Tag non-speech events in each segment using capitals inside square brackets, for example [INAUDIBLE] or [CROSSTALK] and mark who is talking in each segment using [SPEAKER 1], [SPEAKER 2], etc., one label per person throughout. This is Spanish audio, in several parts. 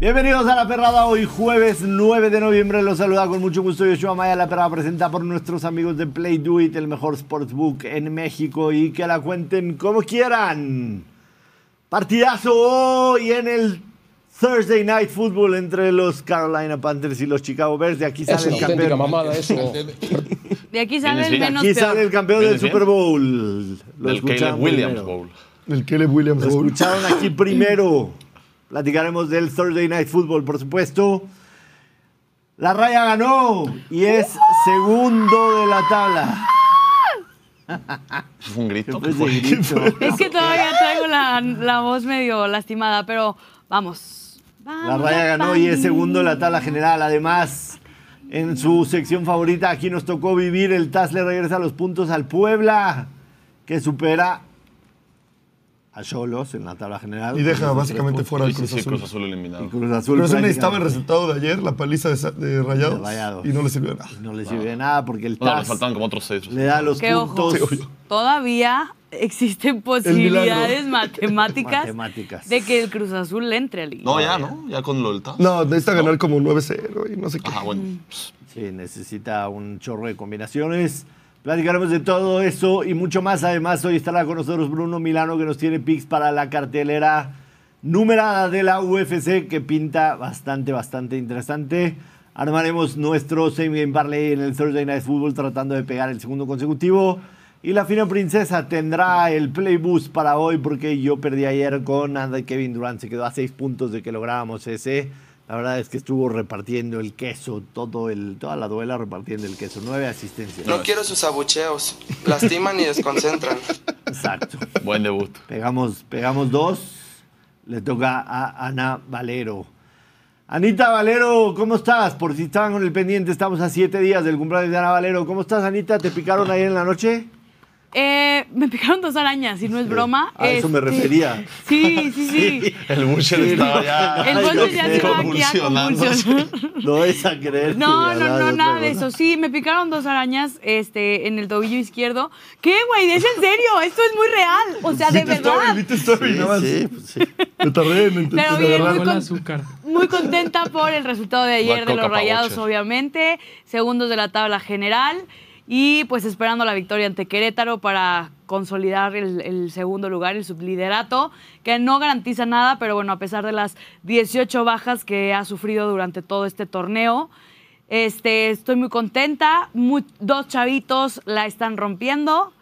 [SPEAKER 1] Bienvenidos a La Perrada, hoy jueves 9 de noviembre. Los saluda con mucho gusto Yoshua Maya. La Perrada presenta por nuestros amigos de Play Do It, el mejor sportsbook en México. Y que la cuenten como quieran. Partidazo hoy en el Thursday Night Football entre los Carolina Panthers y los Chicago Bears. De aquí
[SPEAKER 2] Es
[SPEAKER 1] sale
[SPEAKER 2] una
[SPEAKER 1] el
[SPEAKER 2] auténtica
[SPEAKER 1] campeón.
[SPEAKER 2] mamada eso.
[SPEAKER 3] De aquí sale el
[SPEAKER 4] Bundesliga.
[SPEAKER 3] menos
[SPEAKER 1] Aquí sale el
[SPEAKER 3] peor.
[SPEAKER 1] campeón del
[SPEAKER 4] ¿Vienes bien?
[SPEAKER 1] Super Bowl. Lo
[SPEAKER 4] del Caleb
[SPEAKER 1] escuchamos
[SPEAKER 4] Williams
[SPEAKER 1] primero.
[SPEAKER 4] Bowl.
[SPEAKER 5] El Caleb Williams
[SPEAKER 1] Lo
[SPEAKER 5] Bowl.
[SPEAKER 1] escucharon
[SPEAKER 5] [LAUGHS]
[SPEAKER 1] aquí primero. Platicaremos del Thursday Night Football, por supuesto. La raya ganó y es segundo de la tabla.
[SPEAKER 4] Fue un grito.
[SPEAKER 1] Siempre
[SPEAKER 4] ¿qué
[SPEAKER 1] se
[SPEAKER 4] fue?
[SPEAKER 1] grita.
[SPEAKER 3] Es que todavía traigo la, la voz medio lastimada, pero vamos.
[SPEAKER 1] La raya ganó y es segundo de la tabla general. Además, en su sección favorita, aquí nos tocó vivir. El TAS le regresa los puntos al Puebla, que supera a Cholos en la tabla general.
[SPEAKER 5] Y deja básicamente fuera al
[SPEAKER 4] Sí,
[SPEAKER 5] Cruz
[SPEAKER 4] sí,
[SPEAKER 5] Azul.
[SPEAKER 4] Cruz Azul eliminado.
[SPEAKER 1] Y Cruz Azul.
[SPEAKER 5] Pero eso necesitaba el
[SPEAKER 1] prácticamente.
[SPEAKER 5] resultado de ayer, la paliza de, sa- de rayados,
[SPEAKER 1] De Rayados.
[SPEAKER 5] Y no le sirvió de nada.
[SPEAKER 1] No le sirve de nada porque el
[SPEAKER 4] Bueno, nos
[SPEAKER 1] TAS
[SPEAKER 4] faltaban como otros seis.
[SPEAKER 1] le da los
[SPEAKER 3] pues, Qué ojo.
[SPEAKER 1] puntos.
[SPEAKER 3] Todavía existen posibilidades matemáticas,
[SPEAKER 1] Matemáticas.
[SPEAKER 3] de que el Cruz Azul le entre al
[SPEAKER 4] No, ya, ¿no? Ya con lo del TAS.
[SPEAKER 5] No, necesita ganar como 9-0 y no sé qué.
[SPEAKER 1] Ah,
[SPEAKER 4] Ajá,
[SPEAKER 3] Mm.
[SPEAKER 4] bueno. Pss,
[SPEAKER 1] Sí, necesita un chorro de combinaciones. Platicaremos de todo eso y mucho más. Además, hoy estará con nosotros Bruno Milano, que nos tiene pics para la cartelera numerada de la UFC, que pinta bastante, bastante interesante. Armaremos nuestro Same Game Parlay en el Thursday Night Football, tratando de pegar el segundo consecutivo. Y la fina princesa tendrá el playboost para hoy, porque yo perdí ayer con Anda y Kevin Durant. Se quedó a seis puntos de que lográbamos ese. La verdad es que estuvo repartiendo el queso, todo el, toda la duela repartiendo el queso, nueve asistencias.
[SPEAKER 6] No quiero sus abucheos. Lastiman y desconcentran.
[SPEAKER 1] Exacto.
[SPEAKER 4] Buen debut.
[SPEAKER 1] Pegamos, pegamos dos. Le toca a Ana Valero. Anita Valero, ¿cómo estás? Por si estaban con el pendiente, estamos a siete días del cumpleaños de Ana Valero. ¿Cómo estás, Anita? ¿Te picaron ayer en la noche?
[SPEAKER 3] Eh, me picaron dos arañas, si no es broma.
[SPEAKER 1] A eso me
[SPEAKER 3] Este,
[SPEAKER 1] refería.
[SPEAKER 3] Sí, sí,
[SPEAKER 1] [LAUGHS]
[SPEAKER 3] sí.
[SPEAKER 4] El Butcher estaba ya.
[SPEAKER 3] El Butcher ya
[SPEAKER 1] Ay,
[SPEAKER 3] estaba aquí a
[SPEAKER 4] convulsionando.
[SPEAKER 3] convulsionar.
[SPEAKER 1] No es a creer.
[SPEAKER 3] No,
[SPEAKER 1] que
[SPEAKER 3] no,
[SPEAKER 1] hablabas
[SPEAKER 3] no, nada
[SPEAKER 1] otra
[SPEAKER 3] de
[SPEAKER 1] cosa.
[SPEAKER 3] eso. Sí, me picaron dos arañas este, en el tobillo izquierdo. ¿Qué, güey? ¿Es en serio? Esto es muy real. O sea, de
[SPEAKER 5] Viste story,
[SPEAKER 3] verdad.
[SPEAKER 5] viste story, nada más.
[SPEAKER 1] Sí, pues sí.
[SPEAKER 5] Me tardé en ent-
[SPEAKER 3] Pero
[SPEAKER 5] en
[SPEAKER 3] bien,
[SPEAKER 5] agarrar.
[SPEAKER 3] muy,
[SPEAKER 7] Con
[SPEAKER 3] con-
[SPEAKER 7] azúcar.
[SPEAKER 3] muy contenta por el resultado de ayer
[SPEAKER 4] La
[SPEAKER 3] de los
[SPEAKER 4] coca pa'
[SPEAKER 3] rayados,
[SPEAKER 4] Bocher.
[SPEAKER 3] obviamente. Segundos de la tabla general. Y pues esperando la victoria ante Querétaro para consolidar el, el segundo lugar, el subliderato, que no garantiza nada, pero bueno, a pesar de las 18 bajas que ha sufrido durante todo este torneo, Este, estoy muy contenta. Mu- dos chavitos la están rompiendo.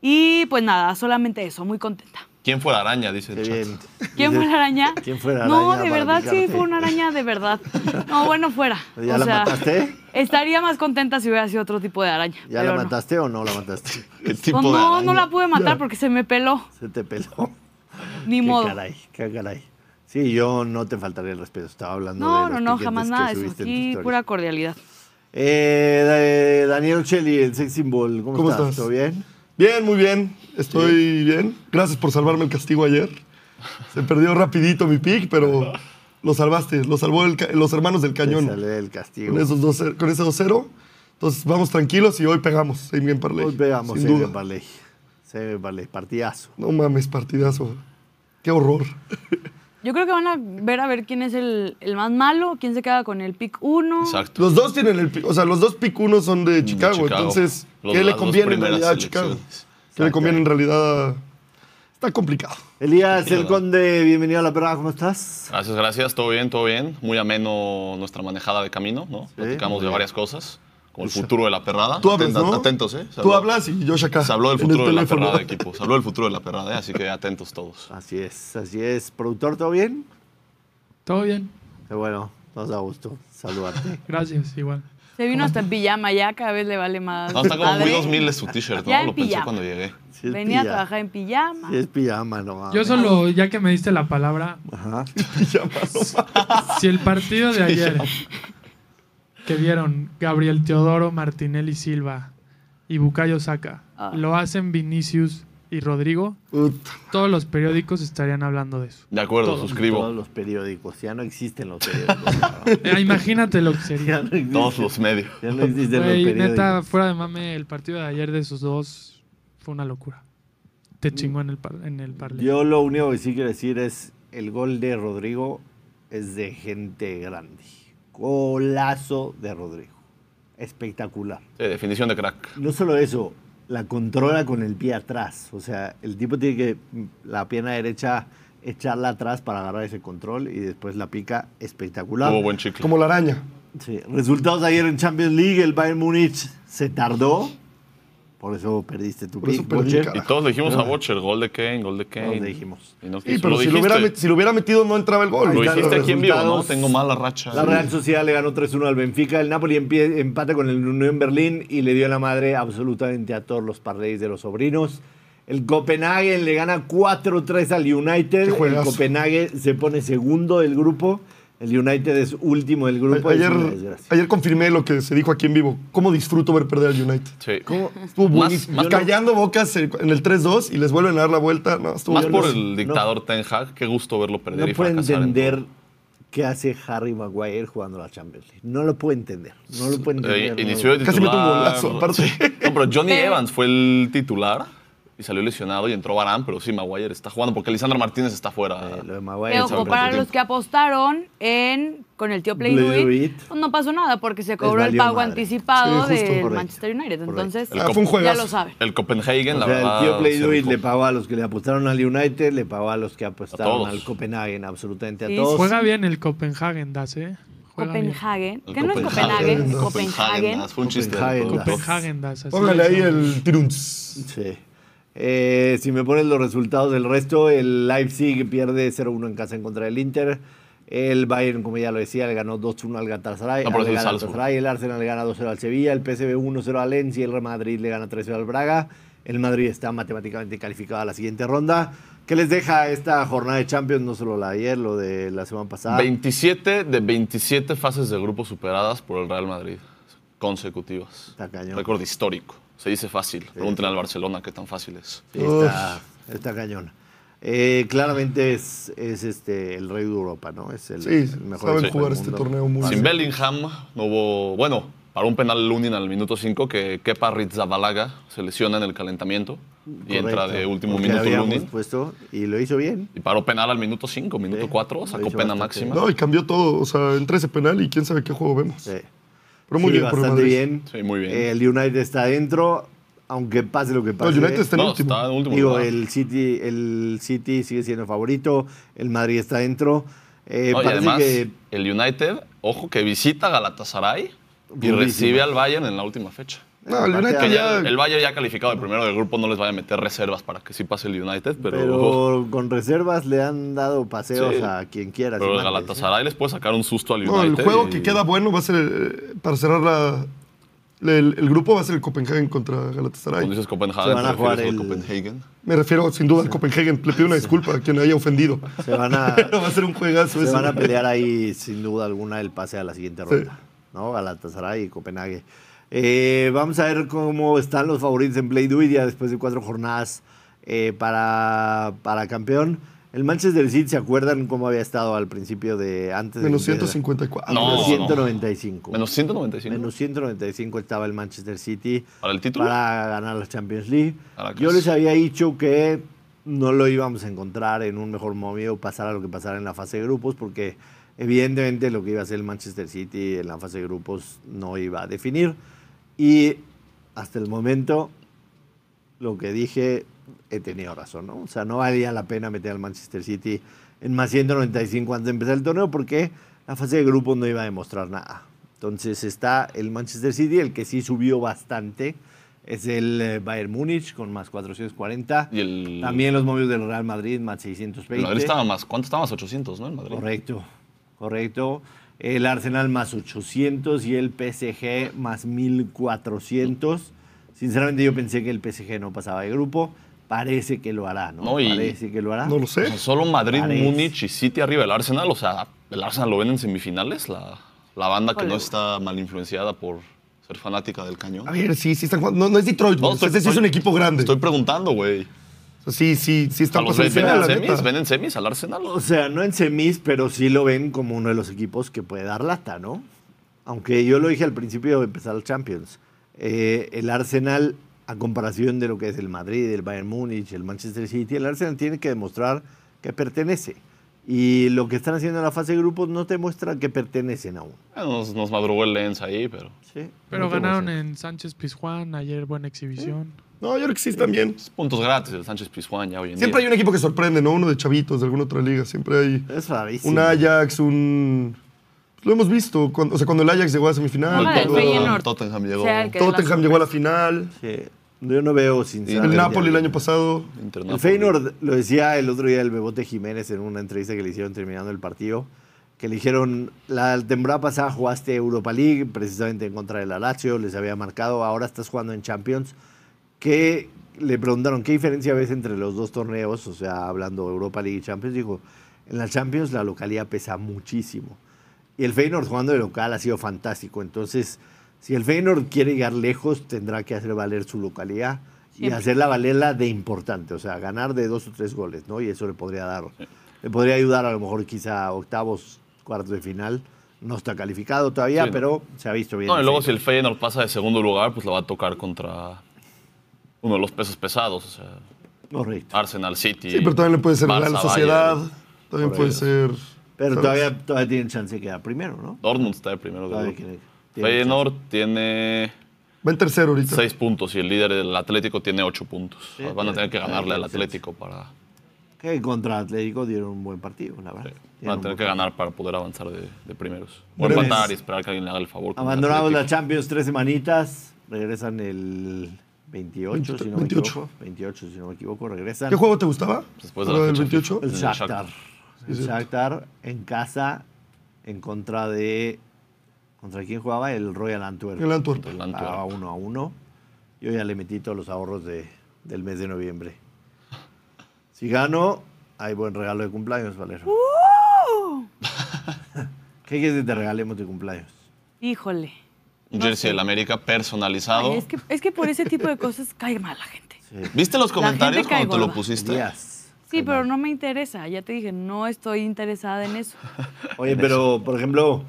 [SPEAKER 3] Y pues nada, solamente eso, muy contenta.
[SPEAKER 4] ¿Quién fue la araña? Dice
[SPEAKER 1] Qué
[SPEAKER 4] el
[SPEAKER 1] bien.
[SPEAKER 4] chat.
[SPEAKER 3] [LAUGHS] ¿Quién fue la araña?
[SPEAKER 1] [LAUGHS] ¿Quién fue la
[SPEAKER 3] No,
[SPEAKER 1] araña
[SPEAKER 3] de
[SPEAKER 1] para
[SPEAKER 3] verdad sí,
[SPEAKER 1] picarte?
[SPEAKER 3] fue una araña de verdad. No, bueno, fuera.
[SPEAKER 1] [LAUGHS] ¿Ya la mataste?
[SPEAKER 3] Estaría más contenta si hubiera sido otro tipo de araña.
[SPEAKER 1] ¿Ya
[SPEAKER 3] pero
[SPEAKER 1] la
[SPEAKER 3] no.
[SPEAKER 1] mataste o no la mataste? [LAUGHS]
[SPEAKER 4] ¿Qué
[SPEAKER 3] Pues
[SPEAKER 4] tipo de
[SPEAKER 3] no,
[SPEAKER 4] araña?
[SPEAKER 3] no la pude matar porque se me peló.
[SPEAKER 1] Se te peló.
[SPEAKER 3] Ni
[SPEAKER 1] qué
[SPEAKER 3] modo.
[SPEAKER 1] caray, qué caray. Sí, yo no te faltaría el respeto. Estaba hablando
[SPEAKER 3] No,
[SPEAKER 1] de
[SPEAKER 3] no,
[SPEAKER 1] los
[SPEAKER 3] no,
[SPEAKER 1] piquetes
[SPEAKER 3] jamás
[SPEAKER 1] que
[SPEAKER 3] nada de eso.
[SPEAKER 1] subiste en tu
[SPEAKER 3] Aquí
[SPEAKER 1] story.
[SPEAKER 3] pura cordialidad.
[SPEAKER 1] Eh, da- eh, Daniel Cheli, el sex symbol. ¿Cómo,
[SPEAKER 5] ¿Cómo
[SPEAKER 1] estás?
[SPEAKER 5] estás?
[SPEAKER 1] ¿Todo bien?
[SPEAKER 5] Bien, muy bien. Estoy bien. Gracias por salvarme el castigo ayer. Se perdió rapidito mi pick, pero lo salvaste. Lo salvó el ca- los hermanos del
[SPEAKER 1] Te
[SPEAKER 5] cañón.
[SPEAKER 1] salvé del castigo.
[SPEAKER 5] Con, esos dos, con ese 2-0. Entonces vamos tranquilos y hoy pegamos. Same Game Parlay.
[SPEAKER 1] Hoy pegamos
[SPEAKER 5] sin
[SPEAKER 1] se
[SPEAKER 5] duda.
[SPEAKER 1] me parley. Se me parley, partidazo.
[SPEAKER 5] No mames, partidazo. Qué horror.
[SPEAKER 3] Yo creo que van a ver a ver quién es el, el más malo, quién se queda con el pick 1.
[SPEAKER 4] Exacto.
[SPEAKER 5] Los dos tienen el, pi- o sea, los dos pick uno son de Chicago,
[SPEAKER 4] Chicago.
[SPEAKER 5] entonces
[SPEAKER 4] Los-
[SPEAKER 5] ¿qué
[SPEAKER 4] las
[SPEAKER 5] le
[SPEAKER 4] dos
[SPEAKER 5] conviene en
[SPEAKER 4] primeras
[SPEAKER 5] realidad a Chicago?
[SPEAKER 4] selecciones.
[SPEAKER 5] ¿Qué le conviene en realidad? a- Está complicado.
[SPEAKER 1] Elías, el
[SPEAKER 4] ¿no?
[SPEAKER 1] conde, bienvenido a la perra. ¿Cómo estás?
[SPEAKER 4] Gracias, gracias. Todo bien, todo bien. Muy ameno nuestra manejada de camino, ¿no? Platicamos
[SPEAKER 1] muy
[SPEAKER 4] de
[SPEAKER 1] bien.
[SPEAKER 4] varias cosas, como el futuro de la perrada.
[SPEAKER 5] Tú hablas,
[SPEAKER 4] Atenta-
[SPEAKER 5] ¿no?
[SPEAKER 4] Atentos, ¿eh? Se
[SPEAKER 5] Tú
[SPEAKER 4] habló-
[SPEAKER 5] hablas y yo acá.
[SPEAKER 4] Se habló del
[SPEAKER 5] en el
[SPEAKER 4] futuro de la
[SPEAKER 5] teléfono.
[SPEAKER 4] perrada, equipo. Se habló del futuro de la perrada, ¿eh? así que atentos
[SPEAKER 5] [LAUGHS]
[SPEAKER 4] todos.
[SPEAKER 1] Así es, así es. ¿Productor, todo bien?
[SPEAKER 7] Todo bien.
[SPEAKER 1] Qué bueno, nos da gusto saludarte.
[SPEAKER 7] Gracias, igual.
[SPEAKER 3] Se vino hasta en pijama ya, cada vez le vale más.
[SPEAKER 4] No, está como muy
[SPEAKER 3] madre.
[SPEAKER 4] 2000 de su t-shirt,
[SPEAKER 3] Ya
[SPEAKER 4] ¿no?
[SPEAKER 3] en
[SPEAKER 4] Lo pensé
[SPEAKER 3] pijama.
[SPEAKER 4] cuando llegué.
[SPEAKER 1] Sí es
[SPEAKER 3] Venía a
[SPEAKER 1] pijama.
[SPEAKER 3] trabajar en pijama.
[SPEAKER 1] Sí es pijama, no mames.
[SPEAKER 7] Yo solo, ya que me diste la palabra,
[SPEAKER 1] Ajá.
[SPEAKER 7] si el partido de ayer que vieron Gabriel Teodoro, Martinelli Silva y Bukayo Saka
[SPEAKER 3] Ah.
[SPEAKER 7] lo hacen Vinicius y Rodrigo,
[SPEAKER 5] Puta.
[SPEAKER 7] todos los periódicos estarían hablando de eso.
[SPEAKER 4] De acuerdo,
[SPEAKER 1] Todos
[SPEAKER 4] suscribo.
[SPEAKER 1] los periódicos, ya no existen [LAUGHS] los periódicos.
[SPEAKER 7] Eh, imagínate lo que sería.
[SPEAKER 1] ya no existen.
[SPEAKER 4] Todos los medios.
[SPEAKER 1] [LAUGHS] Ya no existen los
[SPEAKER 7] Güey,
[SPEAKER 1] periódicos.
[SPEAKER 7] neta, fuera de mame, el partido de ayer de esos dos fue una locura.
[SPEAKER 1] Mm.
[SPEAKER 7] Te chingó en el, par en el parlay.
[SPEAKER 1] Yo lo único que sí quiero decir es el gol de Rodrigo es de gente grande. Golazo de Rodrigo. Espectacular.
[SPEAKER 4] Sí, definición de crack.
[SPEAKER 1] No solo eso, la controla con el pie atrás. O sea, el tipo tiene que mm, la pierna derecha echarla atrás para agarrar ese control y después la pica espectacular.
[SPEAKER 4] Tuvo buen chicle.
[SPEAKER 5] [LAUGHS] Como la araña.
[SPEAKER 1] Sí, resultados ayer en Champions League, el Bayern Múnich se tardó. Por eso perdiste tu
[SPEAKER 5] Por eso
[SPEAKER 1] pick,
[SPEAKER 5] perdí,
[SPEAKER 1] Bocher.
[SPEAKER 5] cara.
[SPEAKER 4] Y todos le dijimos a Bocher, gol de Kane, gol de Kane.
[SPEAKER 1] Todos le dijimos.
[SPEAKER 4] Y no
[SPEAKER 5] Sí,
[SPEAKER 4] quiso.
[SPEAKER 5] pero si lo, hubiera met- si lo hubiera metido no entraba el gol.
[SPEAKER 4] Pues Lo
[SPEAKER 5] Ahí está
[SPEAKER 4] dijiste
[SPEAKER 5] los
[SPEAKER 4] aquí en vivo, ¿no?
[SPEAKER 1] resultados.
[SPEAKER 4] Tengo mala racha.
[SPEAKER 1] La Real Sociedad le ganó 3-1 al Benfica. El Napoli empie- empata con el Unión Berlín y le dio la madre absolutamente a todos los parlays de los sobrinos. El Copenhague le gana 4-3 al United.
[SPEAKER 5] Qué
[SPEAKER 1] El
[SPEAKER 5] juegazo.
[SPEAKER 1] Copenhague se pone segundo del grupo. El United es último del grupo.
[SPEAKER 5] A-
[SPEAKER 1] Es
[SPEAKER 5] Ayer,
[SPEAKER 1] una desgracia.
[SPEAKER 5] ayer confirmé lo que se dijo aquí en vivo. ¿Cómo disfruto ver perder al United?
[SPEAKER 4] Sí.
[SPEAKER 5] Estuvo
[SPEAKER 4] Más-
[SPEAKER 5] buenísimo.
[SPEAKER 4] más-
[SPEAKER 5] callando bocas en en el 3-2 y les vuelven a dar la vuelta. No, estuvo
[SPEAKER 4] Más por
[SPEAKER 5] buenísimo.
[SPEAKER 4] el dictador Ten Hag, qué gusto verlo perder
[SPEAKER 1] No
[SPEAKER 4] y
[SPEAKER 1] puedo
[SPEAKER 4] fracasar. en
[SPEAKER 1] entender qué hace Harry Maguire jugando la Champions League. No lo puedo entender. No lo puedo
[SPEAKER 4] todo. Eh,
[SPEAKER 1] entender. no lo
[SPEAKER 4] inició de
[SPEAKER 5] Casi mete un
[SPEAKER 4] titular.
[SPEAKER 5] golazo, aparte.
[SPEAKER 4] Sí. No, pero Johnny
[SPEAKER 3] Pero-
[SPEAKER 4] Evans fue el titular y salió lesionado y entró Barán, pero sí, Maguire está jugando porque Lisandro Martínez está fuera.
[SPEAKER 1] puedo- Eh, lo de Maguire
[SPEAKER 3] Pero
[SPEAKER 1] es
[SPEAKER 3] como para los que apostaron en, con el tío Play,
[SPEAKER 1] Play Do
[SPEAKER 3] Do It,
[SPEAKER 1] It.
[SPEAKER 3] pues no pasó nada porque se cobró el
[SPEAKER 1] valió
[SPEAKER 3] pago
[SPEAKER 1] madre.
[SPEAKER 3] anticipado
[SPEAKER 5] Sí, justo,
[SPEAKER 3] del
[SPEAKER 5] correcto,
[SPEAKER 3] Manchester United.
[SPEAKER 1] correcto.
[SPEAKER 3] Entonces,
[SPEAKER 5] Ah, fue un
[SPEAKER 3] ya
[SPEAKER 5] juegazo.
[SPEAKER 3] lo saben.
[SPEAKER 4] El Copenhagen, la
[SPEAKER 1] o sea,
[SPEAKER 4] verdad.
[SPEAKER 1] el tío Play
[SPEAKER 4] se
[SPEAKER 1] Do It
[SPEAKER 4] rifó.
[SPEAKER 1] le pagó a los que le apostaron al United, le pagó a los que apostaron
[SPEAKER 4] todos.
[SPEAKER 1] al Copenhagen, absolutamente a
[SPEAKER 3] Sí,
[SPEAKER 1] todos.
[SPEAKER 7] Juega bien el Copenhagen, Das, ¿eh? Juega bien.
[SPEAKER 3] Copenhagen.
[SPEAKER 4] El
[SPEAKER 3] ¿Qué no es
[SPEAKER 4] Copenhagen. ah,
[SPEAKER 3] Copenhagen? Copenhagen.
[SPEAKER 4] Fue un chiste.
[SPEAKER 1] Copenhagen.
[SPEAKER 7] Copenhagen, Das. así
[SPEAKER 5] Póngale
[SPEAKER 7] le
[SPEAKER 5] ahí
[SPEAKER 7] llaman.
[SPEAKER 5] el tirunz.
[SPEAKER 1] Sí. Eh, si me pones los resultados del resto, el Leipzig pierde 0-1 en casa en contra del Inter. El Bayern, como ya lo decía, le ganó 2-1 al Galatasaray.
[SPEAKER 4] No, pero
[SPEAKER 1] al
[SPEAKER 4] es el
[SPEAKER 1] Galatasaray.
[SPEAKER 4] Salzburg.
[SPEAKER 1] El Arsenal le gana 2-0 al Sevilla. El PSV 1-0 al Lens y el Real Madrid le gana 3-0 al Braga. El Madrid está matemáticamente calificado a la siguiente ronda. ¿Qué les deja esta jornada de Champions? No solo la de ayer, lo de la semana pasada.
[SPEAKER 4] 27 de 27 fases de grupo superadas por el Real Madrid consecutivas.
[SPEAKER 1] Está cañón.
[SPEAKER 4] Récord histórico. Se dice fácil. Pregúntenle al Barcelona qué tan fácil es.
[SPEAKER 1] Sí, está, está cañón. Eh, claramente es, es este, el rey de Europa, ¿no? Es el,
[SPEAKER 5] Sí,
[SPEAKER 1] el mejor
[SPEAKER 5] saben
[SPEAKER 1] equipo
[SPEAKER 5] jugar
[SPEAKER 1] del
[SPEAKER 5] este
[SPEAKER 1] mundo.
[SPEAKER 5] torneo muy
[SPEAKER 4] Sin
[SPEAKER 5] bien.
[SPEAKER 4] Bellingham no hubo. Bueno, para un penal Lunin al minuto 5 que Kepa Ritzabalaga se lesiona en el calentamiento y entra
[SPEAKER 1] Correcto,
[SPEAKER 4] de último
[SPEAKER 1] porque
[SPEAKER 4] minuto
[SPEAKER 1] habíamos
[SPEAKER 4] Lunin.
[SPEAKER 1] puesto y lo hizo bien.
[SPEAKER 4] Y paró penal al minuto 5, minuto
[SPEAKER 1] Sí,
[SPEAKER 4] 4,
[SPEAKER 1] lo
[SPEAKER 4] sacó
[SPEAKER 1] hizo
[SPEAKER 4] pena
[SPEAKER 1] bastante
[SPEAKER 4] máxima.
[SPEAKER 5] No, y cambió todo. O sea, entra ese penal y quién sabe qué juego vemos.
[SPEAKER 1] Sí.
[SPEAKER 5] Pero muy
[SPEAKER 1] Sí,
[SPEAKER 5] bien por el
[SPEAKER 1] bastante
[SPEAKER 5] Madrid.
[SPEAKER 1] bien.
[SPEAKER 4] Sí, muy bien.
[SPEAKER 1] El United está adentro, aunque pase lo que
[SPEAKER 5] No,
[SPEAKER 1] pase.
[SPEAKER 5] el United está en
[SPEAKER 4] No,
[SPEAKER 5] último.
[SPEAKER 4] está en último
[SPEAKER 1] este Digo,
[SPEAKER 4] lugar.
[SPEAKER 1] el City, el City sigue siendo favorito, el Madrid está adentro. Eh,
[SPEAKER 4] No, y
[SPEAKER 1] parece
[SPEAKER 4] además,
[SPEAKER 1] que
[SPEAKER 4] el United, ojo, que visita Galatasaray y
[SPEAKER 1] Durísimo.
[SPEAKER 4] recibe al Bayern en la última fecha.
[SPEAKER 5] No, el United
[SPEAKER 4] Que ya-
[SPEAKER 5] ya...
[SPEAKER 4] el Bayern ya calificado de primero del grupo no les vaya a meter reservas para que sí pase el United, pero,
[SPEAKER 1] pero con reservas le han dado paseos
[SPEAKER 4] Sí.
[SPEAKER 1] a quien quiera.
[SPEAKER 4] pero
[SPEAKER 1] sin
[SPEAKER 4] el
[SPEAKER 1] antes, ¿eh?
[SPEAKER 4] Galatasaray les puede sacar un susto al
[SPEAKER 5] No,
[SPEAKER 4] United.
[SPEAKER 5] el juego
[SPEAKER 4] y-
[SPEAKER 5] que queda bueno va a ser... eh, para cerrar la... El, el grupo va a ser el Copenhagen contra Galatasaray.
[SPEAKER 4] Cuando dices Copenhague,
[SPEAKER 1] Se van a
[SPEAKER 4] te refieres
[SPEAKER 1] jugar
[SPEAKER 4] al
[SPEAKER 1] el-
[SPEAKER 4] Copenhagen.
[SPEAKER 5] Me refiero sin duda al Copenhagen. Le pido una disculpa a quien haya ofendido.
[SPEAKER 1] Se van a,
[SPEAKER 5] [LAUGHS]
[SPEAKER 4] [LAUGHS]
[SPEAKER 5] Pero va a ser un juegazo
[SPEAKER 1] se
[SPEAKER 5] eso.
[SPEAKER 1] van a pelear ahí sin duda alguna el pase a la siguiente
[SPEAKER 5] Sí.
[SPEAKER 1] ronda, ¿no? Galatasaray y Copenhague. Eh, vamos a ver cómo están los favoritos en Play Do It ya después de cuatro jornadas eh, para, para campeón. El Manchester City, ¿se acuerdan cómo había estado al principio de antes de
[SPEAKER 5] Menos
[SPEAKER 1] que empezara?
[SPEAKER 5] 154.
[SPEAKER 4] No,
[SPEAKER 1] Menos
[SPEAKER 4] no.
[SPEAKER 1] 195.
[SPEAKER 4] Menos 195.
[SPEAKER 1] Menos 195 estaba el Manchester City
[SPEAKER 4] ¿Para el título?
[SPEAKER 1] para ganar la Champions League.
[SPEAKER 4] Caracas.
[SPEAKER 1] Yo les había dicho que no lo íbamos a encontrar en un mejor momento, pasara lo que pasara en la fase de grupos, porque evidentemente lo que iba a hacer el Manchester City en la fase de grupos no iba a definir. Y hasta el momento, lo que dije, he tenido razón, ¿no? O sea, no valía la pena meter al Manchester City en más 195 antes de empezar el torneo porque la fase de grupos no iba a demostrar nada. Entonces está el Manchester City, el que sí subió bastante, es el eh, Bayern Múnich con más 440.
[SPEAKER 4] Y el,
[SPEAKER 1] También los movios del Real Madrid, más 620.
[SPEAKER 4] el Madrid estaba más. ¿Cuánto estaba más? 800, ¿no? El Madrid.
[SPEAKER 1] Correcto, correcto. El Arsenal más 800 y el PSG más 1400. Sinceramente yo pensé que el PSG no pasaba de grupo. Parece que lo hará, ¿no?
[SPEAKER 4] No, y-
[SPEAKER 1] Parece que lo hará.
[SPEAKER 5] No lo
[SPEAKER 4] O
[SPEAKER 5] sé.
[SPEAKER 4] sea, solo Madrid,
[SPEAKER 1] Parece.
[SPEAKER 4] Múnich y City arriba. El Arsenal, o sea, el Arsenal lo ven en semifinales. La, la banda que
[SPEAKER 3] Híjole.
[SPEAKER 4] no está mal influenciada por ser fanática del cañón.
[SPEAKER 5] A ver, sí, sí están jugando. No, no es Detroit,
[SPEAKER 4] No,
[SPEAKER 5] güey.
[SPEAKER 4] estoy-
[SPEAKER 5] Ese este sí es
[SPEAKER 4] estoy-
[SPEAKER 5] un equipo grande.
[SPEAKER 4] Estoy preguntando, güey.
[SPEAKER 5] O sea, sí, sí, sí
[SPEAKER 4] ¿A
[SPEAKER 5] están
[SPEAKER 4] los ven,
[SPEAKER 5] pasando
[SPEAKER 4] ven
[SPEAKER 5] la
[SPEAKER 4] en semis?
[SPEAKER 5] neta.
[SPEAKER 4] ¿Ven en semis al Arsenal?
[SPEAKER 1] O sea, no en semis, pero sí lo ven como uno de los equipos que puede dar lata, ¿no? Aunque yo lo dije al principio de empezar el Champions. eh, el Arsenal, a comparación de lo que es el Madrid, el Bayern Múnich, el Manchester City, el Arsenal tiene que demostrar que pertenece. Y lo que están haciendo en la fase de grupos no te muestra que pertenecen aún.
[SPEAKER 4] Ah, Nos, nos madrugó el Lens ahí, pero
[SPEAKER 1] ¿sí?
[SPEAKER 7] Pero
[SPEAKER 1] No te
[SPEAKER 7] ganaron
[SPEAKER 1] muestra.
[SPEAKER 7] en Sánchez Pizjuán, ayer buena exhibición.
[SPEAKER 5] No, yo creo que sí están bien.
[SPEAKER 4] es puntos gratis el Sánchez Pizjuán ya hoy en
[SPEAKER 5] Siempre hay
[SPEAKER 4] día.
[SPEAKER 5] un equipo que sorprende, ¿no? Uno de chavitos de alguna otra liga. Siempre hay
[SPEAKER 1] Es rarísimo.
[SPEAKER 5] un Ajax, un... pues Lo hemos visto. Cuando, o sea, cuando el Ajax llegó a semifinal.
[SPEAKER 3] Ajá, Ah, el
[SPEAKER 5] cuando
[SPEAKER 3] Feyenoord.
[SPEAKER 4] Tottenham llegó.
[SPEAKER 3] Sea el que-
[SPEAKER 5] Tottenham llegó a la final.
[SPEAKER 1] Sí, Yo no veo, sinceramente.
[SPEAKER 5] El Napoli el año pasado.
[SPEAKER 4] Internacional.
[SPEAKER 1] El Feyenoord, lo decía el otro día el Bebote Jiménez en una entrevista que le hicieron terminando el partido, que le dijeron, la temporada pasada jugaste Europa League, precisamente en contra del Lazio, les había marcado, ahora estás jugando en Champions. que le preguntaron qué diferencia ves entre los dos torneos, o sea, hablando de Europa League y Champions, dijo, en la Champions la localidad pesa muchísimo. Y el Feyenoord jugando de local ha sido fantástico. Entonces, si el Feyenoord quiere llegar lejos, tendrá que hacer valer su localidad y
[SPEAKER 3] Siempre.
[SPEAKER 1] hacerla valerla de importante, o sea, ganar de dos o tres goles, ¿no? Y eso le podría dar, le podría ayudar a lo mejor quizá a octavos, cuartos de final. No está calificado todavía,
[SPEAKER 4] Sí, no.
[SPEAKER 1] pero se ha visto bien.
[SPEAKER 4] No, y
[SPEAKER 1] el
[SPEAKER 4] luego si
[SPEAKER 1] Feyenoord.
[SPEAKER 4] el Feyenoord pasa de segundo lugar, pues la va a tocar contra uno de los pesos pesados, o sea,
[SPEAKER 1] Correcto.
[SPEAKER 4] Arsenal City.
[SPEAKER 5] Sí, pero también le puede ser
[SPEAKER 4] Barça,
[SPEAKER 5] Real
[SPEAKER 4] Bayern,
[SPEAKER 5] Sociedad. También puede ser...
[SPEAKER 1] Pero
[SPEAKER 5] ¿sabes?
[SPEAKER 1] todavía, todavía tienen chance de quedar primero, ¿no?
[SPEAKER 4] Dortmund está de primero de
[SPEAKER 1] Todavía
[SPEAKER 4] grupo.
[SPEAKER 1] tienen- tienen
[SPEAKER 4] Feyenoord tiene
[SPEAKER 5] Va en tercero ahorita.
[SPEAKER 4] seis puntos y el líder del Atlético tiene ocho puntos. O sea, van a tener que
[SPEAKER 1] sí,
[SPEAKER 4] ganarle al
[SPEAKER 1] sí, sí.
[SPEAKER 4] Atlético para
[SPEAKER 1] chance. Que contra Atlético dieron un buen partido, la verdad. Dieron
[SPEAKER 4] van
[SPEAKER 1] un
[SPEAKER 4] a tener
[SPEAKER 1] buen
[SPEAKER 4] que
[SPEAKER 1] partido.
[SPEAKER 4] ganar para poder avanzar de, de primeros. O
[SPEAKER 5] Veremos.
[SPEAKER 4] empatar y esperar que alguien le haga el favor. con el
[SPEAKER 1] Abandonamos la
[SPEAKER 4] Atlético.
[SPEAKER 1] Champions tres semanitas. Regresan el 28, si no me
[SPEAKER 5] 28.
[SPEAKER 1] equivoco. 28, si no me equivoco. Regresan.
[SPEAKER 5] ¿Qué juego te gustaba?
[SPEAKER 4] Después de la
[SPEAKER 5] ¿Lo del
[SPEAKER 4] fecha
[SPEAKER 5] 28?
[SPEAKER 1] El
[SPEAKER 4] El
[SPEAKER 1] Shakhtar.
[SPEAKER 4] Shakhtar.
[SPEAKER 1] El Shakhtar en casa en contra de... ¿Contra quién jugaba? El Royal Antwerp.
[SPEAKER 5] El Antwerp.
[SPEAKER 4] El Antwerp.
[SPEAKER 1] Estaba uno a uno. Yo ya le metí todos los ahorros de- del mes de noviembre. Si gano, hay buen regalo de cumpleaños, Valero. [LAUGHS] ¿Qué quieres que te regalemos de cumpleaños?
[SPEAKER 5] [LAUGHS]
[SPEAKER 3] Híjole.
[SPEAKER 4] Un jersey del América personalizado.
[SPEAKER 3] Ay, es, que, es que por ese tipo de cosas [LAUGHS] cae mal la gente.
[SPEAKER 4] ¿Viste los
[SPEAKER 3] gente
[SPEAKER 4] comentarios
[SPEAKER 3] cae
[SPEAKER 4] cuando te lo
[SPEAKER 3] gorda.
[SPEAKER 4] pusiste?
[SPEAKER 1] Díaz.
[SPEAKER 3] Sí, pero no me interesa. Ya te dije, no estoy interesada en eso.
[SPEAKER 1] Oye, pero por ejemplo,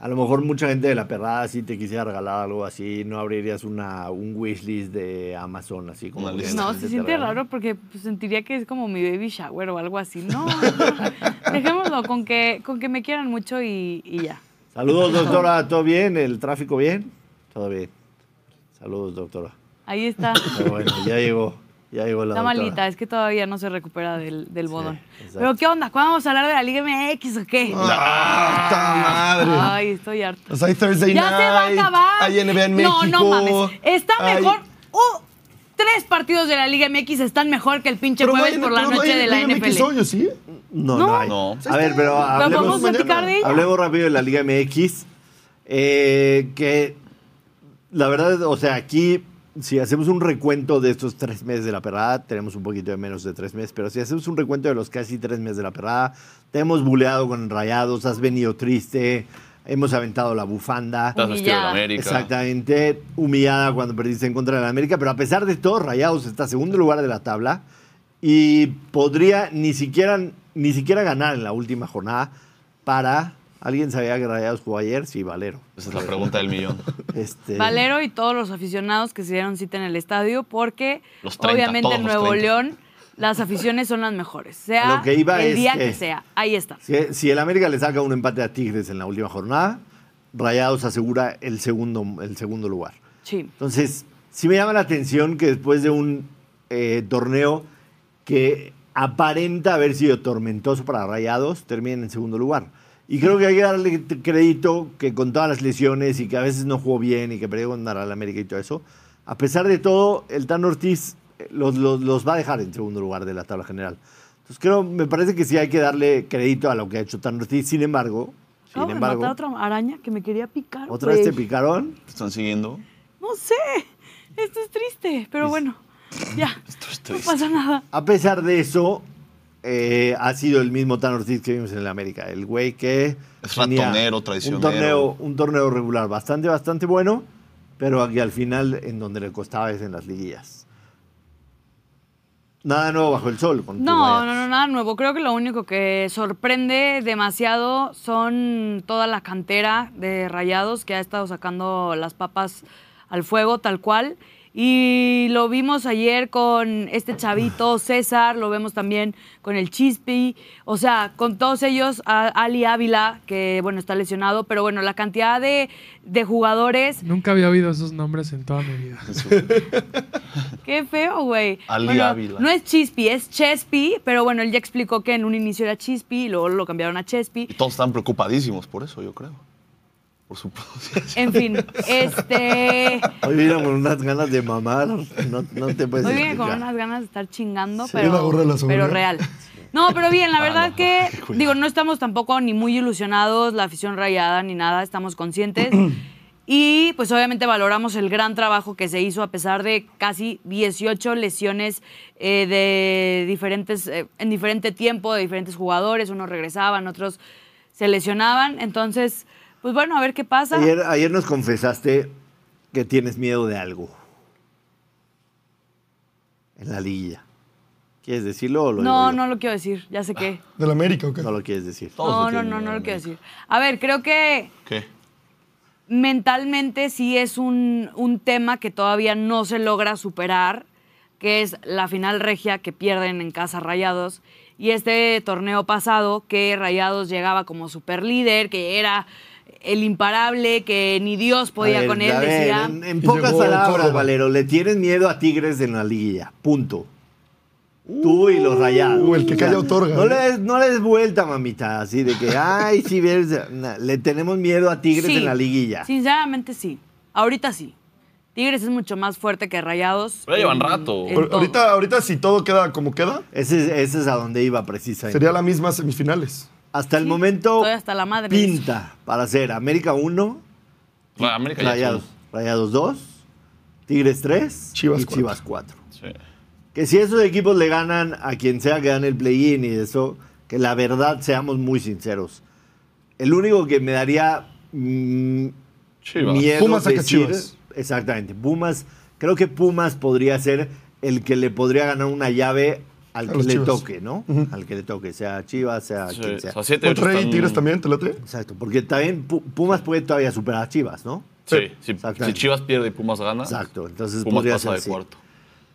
[SPEAKER 1] a lo mejor mucha gente de la perrada sí te quisiera regalar algo así, no abrirías una, un wishlist de Amazon así como.
[SPEAKER 4] Una
[SPEAKER 1] que
[SPEAKER 4] lista.
[SPEAKER 1] la
[SPEAKER 3] No,
[SPEAKER 1] gente
[SPEAKER 3] se
[SPEAKER 1] te
[SPEAKER 3] siente
[SPEAKER 1] regala.
[SPEAKER 3] raro porque pues, sentiría que es como mi baby shower o algo así. No, dejémoslo con que, con que me quieran mucho y, y ya.
[SPEAKER 1] Saludos, doctora. ¿Todo bien? ¿El tráfico bien? Todo bien. Saludos, doctora.
[SPEAKER 3] Ahí está.
[SPEAKER 1] Pero bueno, ya llegó. Ya llegó la
[SPEAKER 3] Está
[SPEAKER 1] doctora.
[SPEAKER 3] malita, es que todavía no se recupera del, del bodón.
[SPEAKER 1] exacto.
[SPEAKER 3] Pero ¿qué onda? ¿Cuándo vamos a hablar de la Liga MX o qué?
[SPEAKER 5] ¡Ah, ta madre!
[SPEAKER 3] Ay, estoy harta.
[SPEAKER 5] O sea, Pues hay Thursday
[SPEAKER 3] Ya
[SPEAKER 5] night.
[SPEAKER 3] se va a acabar.
[SPEAKER 5] Hay NBA en México.
[SPEAKER 3] No, no mames. Está
[SPEAKER 5] hay-
[SPEAKER 3] mejor. Uh, tres partidos de la Liga MX están mejor que el pinche
[SPEAKER 5] no
[SPEAKER 3] jueves
[SPEAKER 5] hay-
[SPEAKER 3] por la
[SPEAKER 5] pero no
[SPEAKER 3] noche
[SPEAKER 5] hay
[SPEAKER 3] de la
[SPEAKER 5] NBA MX
[SPEAKER 3] NFL.
[SPEAKER 5] hoy, ¿o sí?
[SPEAKER 1] No, no,
[SPEAKER 3] No.
[SPEAKER 1] hay.
[SPEAKER 4] No.
[SPEAKER 1] A ver, pero
[SPEAKER 3] Pero
[SPEAKER 1] hablemos,
[SPEAKER 3] podemos platicar de ella.
[SPEAKER 1] hablemos rápido de la Liga MX. eh, que la verdad, o sea, aquí, si hacemos un recuento de estos tres meses de la perrada, tenemos un poquito de menos de tres meses, pero si hacemos un recuento de los casi tres meses de la perrada, te hemos buleado con rayados, has venido triste, hemos aventado la bufanda.
[SPEAKER 4] Estás vestido de
[SPEAKER 3] Humillada.
[SPEAKER 4] América.
[SPEAKER 1] Exactamente, humillada cuando perdiste en contra de la América, pero a pesar de todo, Rayados está segundo lugar de la tabla y podría ni siquiera, ni siquiera ganar en la última jornada para... ¿Alguien sabía que Rayados jugó ayer? Sí, Valero.
[SPEAKER 4] Esa es la pregunta del millón.
[SPEAKER 1] Este,
[SPEAKER 3] Valero y todos los aficionados que se dieron cita en el estadio, porque
[SPEAKER 4] Los 30,
[SPEAKER 3] obviamente
[SPEAKER 4] todos
[SPEAKER 3] en
[SPEAKER 4] los
[SPEAKER 3] Nuevo
[SPEAKER 4] 30.
[SPEAKER 3] León las aficiones son las mejores. Sea
[SPEAKER 1] A lo que iba
[SPEAKER 3] el
[SPEAKER 1] es
[SPEAKER 3] día
[SPEAKER 1] que-
[SPEAKER 3] que... sea. Ahí está.
[SPEAKER 1] Si, si el América le saca un empate a Tigres en la última jornada, Rayados asegura el segundo, el segundo lugar.
[SPEAKER 3] Sí.
[SPEAKER 1] Entonces, sí me llama la atención que después de un eh, torneo que aparenta haber sido tormentoso para Rayados, terminen en segundo lugar. Y creo que hay que darle t- crédito que con todas las lesiones y que a veces no jugó bien y que perdió con Naral América y todo eso, a pesar de todo, el Tan Ortiz eh, los, los- los va a dejar en segundo lugar de la tabla general. Entonces creo, me parece que sí hay que darle crédito a lo que ha hecho Tan Ortiz. Sin embargo, sin
[SPEAKER 3] Acabo de
[SPEAKER 1] embargo, este
[SPEAKER 3] matar
[SPEAKER 1] otra,
[SPEAKER 3] otra araña que me quería picar.
[SPEAKER 1] vez te
[SPEAKER 3] güey.
[SPEAKER 1] picaron.
[SPEAKER 4] ¿Te están siguiendo?
[SPEAKER 3] No sé. Esto es triste, pero bueno. Ya.
[SPEAKER 4] Esto es
[SPEAKER 3] No
[SPEAKER 4] triste.
[SPEAKER 3] pasa nada.
[SPEAKER 1] A pesar de eso, eh, ha sido el mismo Tan Ortiz que vimos en el América. El güey que.
[SPEAKER 4] Es
[SPEAKER 1] tenía
[SPEAKER 4] ratonero,
[SPEAKER 1] Un
[SPEAKER 4] traicionero.
[SPEAKER 1] torneo, un torneo regular bastante, bastante bueno, pero aquí al final, en donde le costaba es en las liguillas. Nada nuevo bajo el sol. Con tus
[SPEAKER 3] No,
[SPEAKER 1] Rayados.
[SPEAKER 3] no, no, nada nuevo. Creo que lo único que sorprende demasiado son toda la cantera de rayados que ha estado sacando las papas al fuego, tal cual. Y lo vimos ayer con este chavito César, lo vemos también con el Chispi, o sea, con todos ellos, a- Ali Ávila, que bueno, está lesionado, pero bueno, la cantidad de, de jugadores,
[SPEAKER 7] Nunca había oído esos nombres en toda mi vida.
[SPEAKER 3] qué feo, güey.
[SPEAKER 4] Ali
[SPEAKER 3] Bueno,
[SPEAKER 4] Ávila.
[SPEAKER 3] No es Chispi, es Chespi, pero bueno, él ya explicó que en un inicio era Chispi y luego lo cambiaron a Chespi.
[SPEAKER 4] Y todos están preocupadísimos por eso, yo creo. Por su proceso.
[SPEAKER 3] En
[SPEAKER 4] [LAUGHS]
[SPEAKER 3] fin, este...
[SPEAKER 1] Hoy vino con unas ganas de mamar. No, no te puedes
[SPEAKER 3] Hoy viene con
[SPEAKER 1] explicar.
[SPEAKER 3] unas ganas de estar chingando,
[SPEAKER 5] la gorra de la
[SPEAKER 3] pero, pero
[SPEAKER 5] seguridad.
[SPEAKER 3] real. No, pero bien, la verdad
[SPEAKER 4] no,
[SPEAKER 3] que,
[SPEAKER 4] qué cuidado.
[SPEAKER 3] digo, no estamos tampoco ni muy ilusionados, la afición rayada ni nada, estamos conscientes. Y pues obviamente valoramos el gran trabajo que se hizo a pesar de casi 18 lesiones eh, de diferentes, eh, en diferente tiempo de diferentes jugadores, unos regresaban, otros se lesionaban. Entonces, pues bueno, a ver qué pasa.
[SPEAKER 1] Ayer, ayer nos confesaste que tienes miedo de algo. En la liguilla. ¿Quieres decirlo o lo
[SPEAKER 3] No,
[SPEAKER 1] digo
[SPEAKER 3] no
[SPEAKER 1] yo?
[SPEAKER 3] lo quiero decir, ya sé qué.
[SPEAKER 5] ¿Del América o qué?
[SPEAKER 1] No lo quieres decir.
[SPEAKER 4] Todos
[SPEAKER 3] No,
[SPEAKER 4] le
[SPEAKER 3] no,
[SPEAKER 4] tienen
[SPEAKER 3] no,
[SPEAKER 4] miedo
[SPEAKER 3] no
[SPEAKER 4] a
[SPEAKER 3] lo
[SPEAKER 4] la
[SPEAKER 3] quiero
[SPEAKER 4] América.
[SPEAKER 3] decir. A ver, creo que
[SPEAKER 4] ¿Qué?
[SPEAKER 3] mentalmente sí es un, un tema que todavía no se logra superar, que es la final regia que pierden en casa Rayados. Y este torneo pasado que Rayados llegaba como superlíder, que era el imparable, que ni Dios podía
[SPEAKER 1] A ver,
[SPEAKER 3] con
[SPEAKER 1] a
[SPEAKER 3] él,
[SPEAKER 1] ver,
[SPEAKER 3] decía.
[SPEAKER 1] En, en pocas
[SPEAKER 5] Llegó
[SPEAKER 1] palabras,
[SPEAKER 5] Córdoba.
[SPEAKER 1] Valero, le tienes miedo a Tigres en la liguilla. Punto. Tú y los rayados.
[SPEAKER 5] Uh, el que calla otorga,
[SPEAKER 1] No
[SPEAKER 5] ¿eh?
[SPEAKER 1] le, des, no le des vuelta, mamita, así de que, ay, si ves, na, le tenemos miedo a Tigres
[SPEAKER 3] Sí,
[SPEAKER 1] en la liguilla.
[SPEAKER 3] Sinceramente sí. Ahorita sí. Tigres es mucho más fuerte que Rayados.
[SPEAKER 4] Pero llevan
[SPEAKER 3] en-
[SPEAKER 4] rato.
[SPEAKER 3] en
[SPEAKER 5] Ahor-
[SPEAKER 3] todo.
[SPEAKER 5] Ahorita, ahorita, si todo queda como queda,
[SPEAKER 1] Ese, es- ese es a donde iba precisamente.
[SPEAKER 5] sería la misma semifinales.
[SPEAKER 1] Hasta el
[SPEAKER 3] Sí,
[SPEAKER 1] momento,
[SPEAKER 3] estoy hasta la madre.
[SPEAKER 1] pinta para ser América 1,
[SPEAKER 4] La América ya
[SPEAKER 1] Rayados, Rayados 2, Tigres 3
[SPEAKER 5] Chivas
[SPEAKER 1] y
[SPEAKER 5] cuatro.
[SPEAKER 1] Chivas 4.
[SPEAKER 4] son- sí.
[SPEAKER 1] Que si esos equipos le ganan a quien sea que gane el play-in y eso, que la verdad seamos muy sinceros. El único que me daría mm,
[SPEAKER 4] Chivas.
[SPEAKER 1] miedo
[SPEAKER 5] Pumas saca
[SPEAKER 1] decir-
[SPEAKER 5] Chivas.
[SPEAKER 1] Exactamente. Pumas, creo que Pumas podría ser el que le podría ganar una llave al
[SPEAKER 5] A
[SPEAKER 1] que
[SPEAKER 5] los
[SPEAKER 1] le
[SPEAKER 5] Chivas.
[SPEAKER 1] toque, ¿no? Al que le toque, sea Chivas, sea
[SPEAKER 4] Sí,
[SPEAKER 1] quien
[SPEAKER 4] o
[SPEAKER 1] sea.
[SPEAKER 4] sea, siete, ocho
[SPEAKER 5] Monterrey y
[SPEAKER 4] están-
[SPEAKER 5] Tigres también, ¿te late?
[SPEAKER 1] Exacto, porque también Pu- Pumas puede todavía superar a Chivas, ¿no?
[SPEAKER 4] Sí, si,
[SPEAKER 1] Exactamente.
[SPEAKER 4] si Chivas pierde y Pumas gana,
[SPEAKER 1] Exacto, entonces
[SPEAKER 4] Ah. Pumas
[SPEAKER 1] podría
[SPEAKER 4] pasa
[SPEAKER 1] ser
[SPEAKER 4] de
[SPEAKER 1] así.
[SPEAKER 4] cuarto.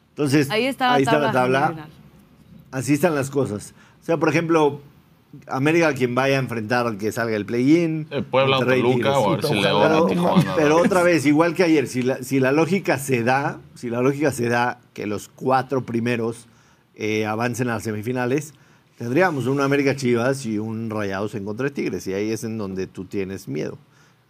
[SPEAKER 1] Entonces,
[SPEAKER 3] Ahí está,
[SPEAKER 1] la tabla. Así están las cosas. O sea, por ejemplo, América quien vaya a enfrentar al que salga el play-in.
[SPEAKER 4] Eh, Puebla,
[SPEAKER 1] Monterrey,
[SPEAKER 4] Toluca,
[SPEAKER 1] Tigres.
[SPEAKER 4] o a ver si
[SPEAKER 5] Puta,
[SPEAKER 4] León,
[SPEAKER 1] Pero,
[SPEAKER 4] a Tijuana.
[SPEAKER 1] pero
[SPEAKER 4] ¿no?
[SPEAKER 1] otra vez, igual que ayer, si la, si la lógica se da, si la lógica se da que los cuatro primeros eh, avancen a las semifinales, tendríamos un América Chivas y un Rayados en contra de Tigres. Y ahí es en donde tú tienes miedo.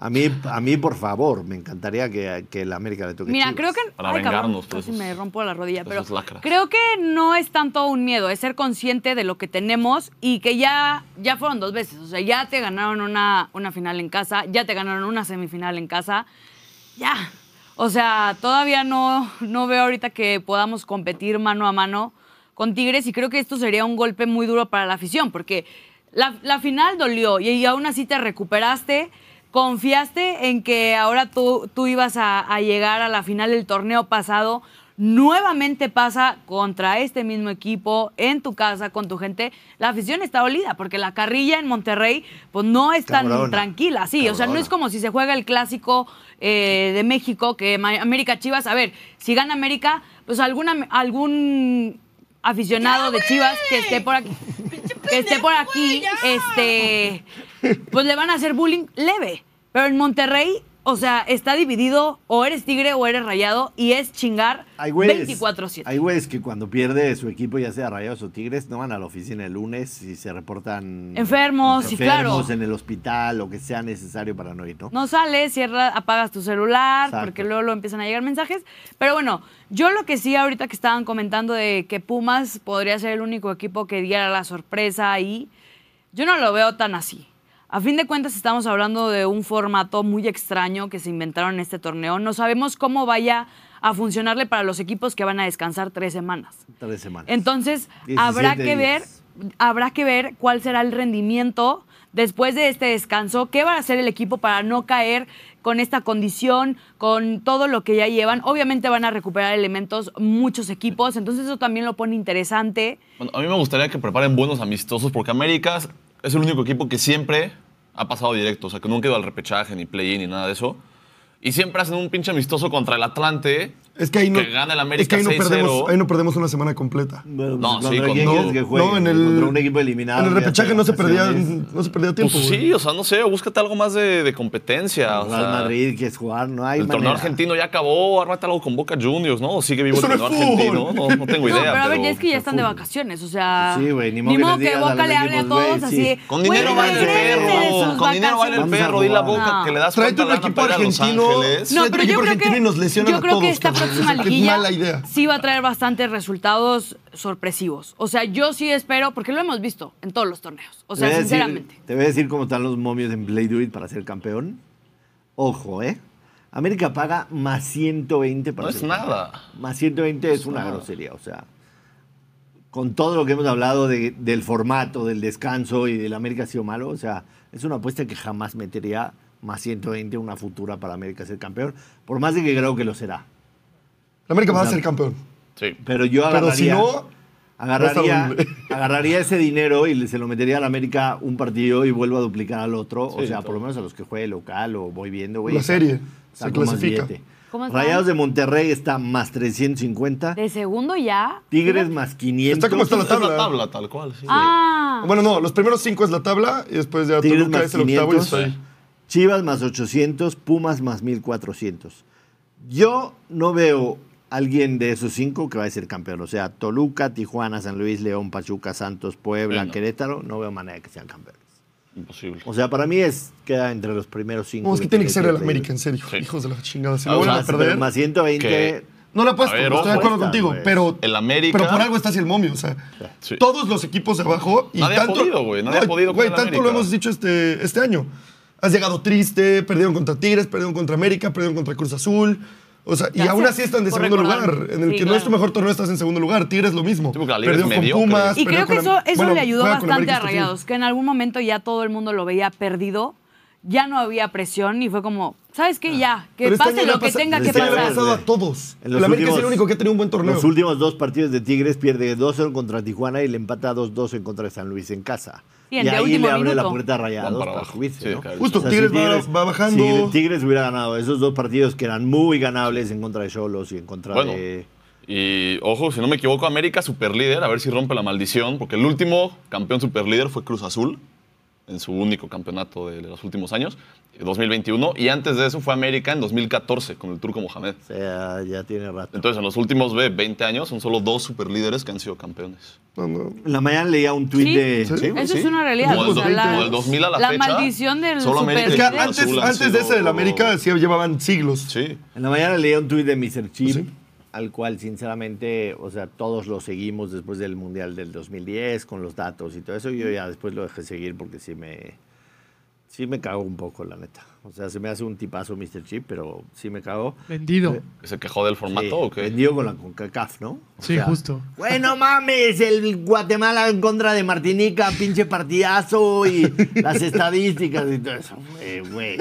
[SPEAKER 1] A mí, a mí por favor, me encantaría que, que el América le toque
[SPEAKER 3] Mira,
[SPEAKER 1] Chivas.
[SPEAKER 3] creo que.
[SPEAKER 4] Para
[SPEAKER 3] ay, cabrón,
[SPEAKER 4] vengarnos de
[SPEAKER 3] casi
[SPEAKER 4] esos-
[SPEAKER 3] me rompo la rodilla,
[SPEAKER 4] de
[SPEAKER 3] pero.
[SPEAKER 4] esos lacras.
[SPEAKER 3] Creo que no es tanto un miedo, es ser consciente de lo que tenemos y que ya, ya fueron dos veces. O sea, ya te ganaron una, una final en casa, ya te ganaron una semifinal en casa. Ya. O sea, todavía no, no veo ahorita que podamos competir mano a mano con Tigres y creo que esto sería un golpe muy duro para la afición porque la, la final dolió y, y aún así te recuperaste, confiaste en que ahora tú, tú ibas a, a llegar a la final del torneo pasado. Nuevamente pasa contra este mismo equipo, en tu casa, con tu gente. La afición está dolida porque la carrilla en Monterrey pues no es tan
[SPEAKER 1] Cabrona.
[SPEAKER 3] tranquila. Sí, o sea, no
[SPEAKER 1] Cabrona.
[SPEAKER 3] es como como si se juega el clásico eh, de México, que Ma- América Chivas, a ver, si gana América, pues alguna, algún aficionado de Chivas que esté por aquí, que esté por aquí, este, pues le van a hacer bullying leve. Pero en Monterrey, o sea, está dividido, o eres tigre o eres rayado, y es chingar
[SPEAKER 1] Hay güeyes,
[SPEAKER 3] 24-7.
[SPEAKER 1] hay güeyes que cuando pierde su equipo, ya sea Rayados o Tigres, no van a la oficina el lunes y se reportan
[SPEAKER 3] Enfermos, sí,
[SPEAKER 1] enfermos
[SPEAKER 3] claro.
[SPEAKER 1] en el hospital, lo que sea necesario para no ir, ¿no?
[SPEAKER 3] No sales, cierras, apagas tu celular,
[SPEAKER 1] Exacto.
[SPEAKER 3] porque luego lo empiezan a llegar mensajes. Pero bueno, yo lo que sí ahorita que estaban comentando de que Pumas podría ser el único equipo que diera la sorpresa ahí, yo no lo veo tan así. A fin de cuentas estamos hablando de un formato muy extraño que se inventaron en este torneo. No sabemos cómo vaya a funcionarle para los equipos que van a descansar tres semanas.
[SPEAKER 1] Tres semanas.
[SPEAKER 3] Entonces, habrá
[SPEAKER 1] 17
[SPEAKER 3] que ver,
[SPEAKER 1] días.
[SPEAKER 3] habrá que ver cuál será el rendimiento después de este descanso, qué va a hacer el equipo para no caer con esta condición, con todo lo que ya llevan. Obviamente van a recuperar elementos muchos equipos, entonces eso también lo pone interesante.
[SPEAKER 4] Bueno, a mí me gustaría que preparen buenos amistosos porque América es el único equipo que siempre ha pasado directo, o sea, que nunca ha ido al repechaje, ni play-in, ni nada de eso. Y siempre hacen un pinche amistoso contra el Atlante
[SPEAKER 5] Es que ahí no,
[SPEAKER 4] Que gane el América
[SPEAKER 5] es que ahí no
[SPEAKER 4] 6-0.
[SPEAKER 5] perdemos, ahí no perdemos una semana completa.
[SPEAKER 1] Bueno,
[SPEAKER 4] No,
[SPEAKER 1] pues,
[SPEAKER 4] sí,
[SPEAKER 1] contra
[SPEAKER 4] con-
[SPEAKER 1] quién
[SPEAKER 4] no,
[SPEAKER 1] quieres que juegue?
[SPEAKER 5] no, en el-
[SPEAKER 1] Contra un equipo eliminado.
[SPEAKER 5] en el
[SPEAKER 1] ya te
[SPEAKER 5] repechaje no se, perdía,
[SPEAKER 1] ocasiones.
[SPEAKER 5] no se perdía
[SPEAKER 4] Pues
[SPEAKER 5] tiempo. güey.
[SPEAKER 4] sí, o sea, no sé, búscate algo más de, de competencia. Ah, o
[SPEAKER 1] Real
[SPEAKER 4] sea,
[SPEAKER 1] Madrid quieres jugar, no hay
[SPEAKER 4] El torneo
[SPEAKER 1] manera.
[SPEAKER 4] argentino ya acabó, ármate algo con Boca Juniors, ¿no? ¿O sigue vivo
[SPEAKER 5] Eso
[SPEAKER 4] el
[SPEAKER 5] no es
[SPEAKER 4] torneo argentino? No,
[SPEAKER 5] fútbol.
[SPEAKER 4] no tengo
[SPEAKER 3] No,
[SPEAKER 4] idea.
[SPEAKER 3] pero a ver,
[SPEAKER 4] pero-
[SPEAKER 3] es que ya están de vacaciones, o sea.
[SPEAKER 1] Sí, güey, ni modo que les
[SPEAKER 3] que
[SPEAKER 1] digas a
[SPEAKER 3] Boca
[SPEAKER 1] los
[SPEAKER 3] le hable a
[SPEAKER 1] equipos, güey,
[SPEAKER 3] todos
[SPEAKER 1] sí.
[SPEAKER 3] así.
[SPEAKER 4] Con dinero
[SPEAKER 3] güey,
[SPEAKER 4] va el
[SPEAKER 3] regresen de
[SPEAKER 4] perro,
[SPEAKER 3] sus
[SPEAKER 4] con dinero va el
[SPEAKER 3] vacaciones.
[SPEAKER 1] Vamos a
[SPEAKER 4] perro, di la
[SPEAKER 1] jugar.
[SPEAKER 4] boca
[SPEAKER 3] No.
[SPEAKER 4] que le das
[SPEAKER 5] Tráete un
[SPEAKER 4] cuánta lana
[SPEAKER 5] equipo
[SPEAKER 4] para ir a Los
[SPEAKER 5] argentino.
[SPEAKER 4] Ángeles.
[SPEAKER 3] No,
[SPEAKER 5] Suelta
[SPEAKER 3] pero
[SPEAKER 5] el
[SPEAKER 3] yo
[SPEAKER 5] equipo
[SPEAKER 3] creo
[SPEAKER 5] argentino y nos
[SPEAKER 3] que,
[SPEAKER 5] lesionan
[SPEAKER 3] yo
[SPEAKER 5] a
[SPEAKER 3] creo que
[SPEAKER 5] todos,
[SPEAKER 3] esta
[SPEAKER 5] cabrón.
[SPEAKER 3] próxima
[SPEAKER 5] Qué
[SPEAKER 3] liguilla
[SPEAKER 5] mala idea.
[SPEAKER 3] sí va a traer bastantes resultados sorpresivos. O sea, yo sí espero, porque lo hemos visto en todos los torneos. O
[SPEAKER 1] Te
[SPEAKER 5] Eh,
[SPEAKER 1] voy
[SPEAKER 3] sea,
[SPEAKER 1] a decir-
[SPEAKER 3] sinceramente.
[SPEAKER 1] te voy a decir cómo están los momios en Play Do It para ser campeón. Ojo, ¿eh? América paga más 120 para
[SPEAKER 4] No es
[SPEAKER 1] ser campeón.
[SPEAKER 4] nada.
[SPEAKER 1] Más 120 es una
[SPEAKER 5] Ah.
[SPEAKER 4] nada.
[SPEAKER 1] grosería, o sea. Con todo lo que hemos hablado de- del formato, del descanso y del América ha sido malo, o sea, es una apuesta que jamás metería más 120 una futura para América ser campeón, por más de que creo que lo será.
[SPEAKER 5] La América va a
[SPEAKER 1] O sea,
[SPEAKER 5] ser campeón.
[SPEAKER 4] Sí.
[SPEAKER 1] Pero yo
[SPEAKER 5] Pero
[SPEAKER 1] agarraría,
[SPEAKER 5] si no,
[SPEAKER 1] agarraría,
[SPEAKER 5] no está bueno.
[SPEAKER 1] agarraría ese dinero y le- se lo metería al América un partido y vuelvo a duplicar al otro. o
[SPEAKER 4] Sí,
[SPEAKER 1] sea,
[SPEAKER 4] todo.
[SPEAKER 1] por lo menos a los que juegue local o voy viendo, güey.
[SPEAKER 5] la serie se
[SPEAKER 1] saco más
[SPEAKER 5] clasifica.
[SPEAKER 1] billete.
[SPEAKER 3] ¿Cómo están?
[SPEAKER 1] Rayados de Monterrey está más 350.
[SPEAKER 3] De segundo ya.
[SPEAKER 1] Tigres más 500.
[SPEAKER 5] Está como está la
[SPEAKER 4] Es la
[SPEAKER 5] tabla.
[SPEAKER 4] tabla, tal cual. sí.
[SPEAKER 3] Ah.
[SPEAKER 5] Bueno, no, los primeros cinco es la tabla y después ya
[SPEAKER 1] Tigres
[SPEAKER 5] Toluca
[SPEAKER 1] más
[SPEAKER 5] es el octavo y
[SPEAKER 1] 500.
[SPEAKER 5] está ahí.
[SPEAKER 1] Chivas más 800. Pumas más 1400. Yo no veo alguien de esos cinco que va a ser campeón. O sea, Toluca, Tijuana, San Luis, León, Pachuca, Santos, Puebla,
[SPEAKER 4] Sí, no.
[SPEAKER 1] Querétaro. No veo manera que sean campeones.
[SPEAKER 4] Imposible.
[SPEAKER 1] O sea, para mí es queda entre los primeros cinco.
[SPEAKER 5] No, es que tiene que ser el
[SPEAKER 1] de-
[SPEAKER 5] América, en serio.
[SPEAKER 4] Sí.
[SPEAKER 5] Hijos de la chingada. Si
[SPEAKER 4] Ah,
[SPEAKER 5] lo
[SPEAKER 4] o sea,
[SPEAKER 5] vuelven a
[SPEAKER 1] más, pero
[SPEAKER 5] perder.
[SPEAKER 1] más 120.
[SPEAKER 4] que-
[SPEAKER 5] No la apuesto,
[SPEAKER 4] A ver,
[SPEAKER 5] estoy de acuerdo
[SPEAKER 1] ojo.
[SPEAKER 5] contigo.
[SPEAKER 1] Pues,
[SPEAKER 5] Pero,
[SPEAKER 4] el América-
[SPEAKER 5] pero por algo estás el momio. O sea,
[SPEAKER 4] Sí.
[SPEAKER 5] todos los equipos de abajo. Y
[SPEAKER 4] Nadie ha
[SPEAKER 5] tanto,
[SPEAKER 4] podido, güey, nadie ha podido
[SPEAKER 5] Güey,
[SPEAKER 4] con el
[SPEAKER 5] tanto lo
[SPEAKER 4] América.
[SPEAKER 5] hemos dicho este, este año. Has llegado triste, perdieron contra Tigres, perdieron contra América, perdieron contra Cruz Azul. O sea, y
[SPEAKER 3] Gracias
[SPEAKER 5] aún así están de
[SPEAKER 3] por
[SPEAKER 5] segundo
[SPEAKER 3] recordarme.
[SPEAKER 5] lugar. En el
[SPEAKER 3] Sí,
[SPEAKER 5] que
[SPEAKER 3] claro.
[SPEAKER 5] no es tu mejor torneo, estás en segundo lugar. Tigres lo mismo.
[SPEAKER 4] Sí, porque la liga
[SPEAKER 5] perdió
[SPEAKER 4] es
[SPEAKER 5] con
[SPEAKER 4] mediocre.
[SPEAKER 5] Pumas.
[SPEAKER 4] Y
[SPEAKER 3] Y
[SPEAKER 5] perdió
[SPEAKER 3] creo que
[SPEAKER 5] con Am-
[SPEAKER 3] eso, eso
[SPEAKER 5] bueno,
[SPEAKER 3] le ayudó
[SPEAKER 5] juega con
[SPEAKER 3] bastante
[SPEAKER 5] América
[SPEAKER 3] a
[SPEAKER 5] este fin.
[SPEAKER 3] Rayados, que en algún momento ya todo el mundo lo veía perdido, ya no había presión y fue como, ¿sabes qué? Ya, que
[SPEAKER 5] Pero este
[SPEAKER 3] pase
[SPEAKER 5] año le
[SPEAKER 3] lo
[SPEAKER 5] ha
[SPEAKER 3] que
[SPEAKER 5] pasado-
[SPEAKER 3] tenga que
[SPEAKER 5] Este año le ha
[SPEAKER 3] pasar.
[SPEAKER 5] pasado a todos.
[SPEAKER 1] En
[SPEAKER 5] El
[SPEAKER 1] los
[SPEAKER 5] América es el
[SPEAKER 1] últimos-
[SPEAKER 5] único que ha tenido un buen torneo.
[SPEAKER 1] Los últimos dos partidos de Tigres pierde 2-0 contra Tijuana y le empata 2-2 en contra de San Luis en casa.
[SPEAKER 3] Sí,
[SPEAKER 1] y
[SPEAKER 3] el de
[SPEAKER 1] ahí
[SPEAKER 3] último
[SPEAKER 1] le abre la
[SPEAKER 3] minuto.
[SPEAKER 1] puerta a Rayados
[SPEAKER 4] Van para
[SPEAKER 1] para,
[SPEAKER 4] abajo.
[SPEAKER 1] subirse,
[SPEAKER 4] Sí,
[SPEAKER 1] ¿no?
[SPEAKER 4] claro.
[SPEAKER 5] Justo, Tigres va- va bajando.
[SPEAKER 1] Si Tigres hubiera ganado esos dos partidos que eran muy ganables en contra de Cholos y en contra
[SPEAKER 4] Bueno.
[SPEAKER 1] de...
[SPEAKER 4] Y ojo, si no me equivoco, América superlíder, a ver si rompe la maldición, porque el último campeón superlíder fue Cruz Azul, en su único campeonato de los últimos años, eh, en 2021, y antes de eso fue América en 2014 con el Turco Mohamed.
[SPEAKER 1] O sea, ya tiene rato.
[SPEAKER 4] Entonces, en los últimos ve, 20 años son solo dos superlíderes que han sido campeones.
[SPEAKER 5] No, no.
[SPEAKER 1] En la mañana leía un tuit
[SPEAKER 3] Sí.
[SPEAKER 1] de...
[SPEAKER 5] Sí.
[SPEAKER 4] güey,
[SPEAKER 3] Eso es una realidad,
[SPEAKER 4] Como
[SPEAKER 5] o
[SPEAKER 4] del,
[SPEAKER 5] sea,
[SPEAKER 4] do-
[SPEAKER 5] la-
[SPEAKER 4] como del 2000 a la,
[SPEAKER 3] la
[SPEAKER 4] fecha,
[SPEAKER 3] maldición del
[SPEAKER 4] solo América
[SPEAKER 5] Es
[SPEAKER 4] y
[SPEAKER 5] que
[SPEAKER 3] superlíder.
[SPEAKER 4] Cruz
[SPEAKER 5] antes,
[SPEAKER 4] Azul han
[SPEAKER 5] antes de ese de
[SPEAKER 4] sido-
[SPEAKER 5] la América sí llevaban siglos.
[SPEAKER 4] Sí.
[SPEAKER 1] En la mañana leía un tuit de Mr. Chip,
[SPEAKER 5] Sí.
[SPEAKER 1] al cual sinceramente, o sea, todos lo seguimos después del Mundial del 2010 con los datos y todo eso. Yo ya después lo dejé seguir porque sí me, sí me cago un poco, la neta. O sea, se me hace un tipazo Mr. Chip, pero sí me cago.
[SPEAKER 7] Vendido.
[SPEAKER 4] ¿Que ¿Se quejó del formato
[SPEAKER 1] Sí,
[SPEAKER 4] o qué?
[SPEAKER 1] Vendido con la CONCACAF, ¿no? O
[SPEAKER 7] Sí, justo.
[SPEAKER 1] Bueno, mames, el Guatemala en contra de Martinica, pinche partidazo y las estadísticas y todo eso, güey, güey.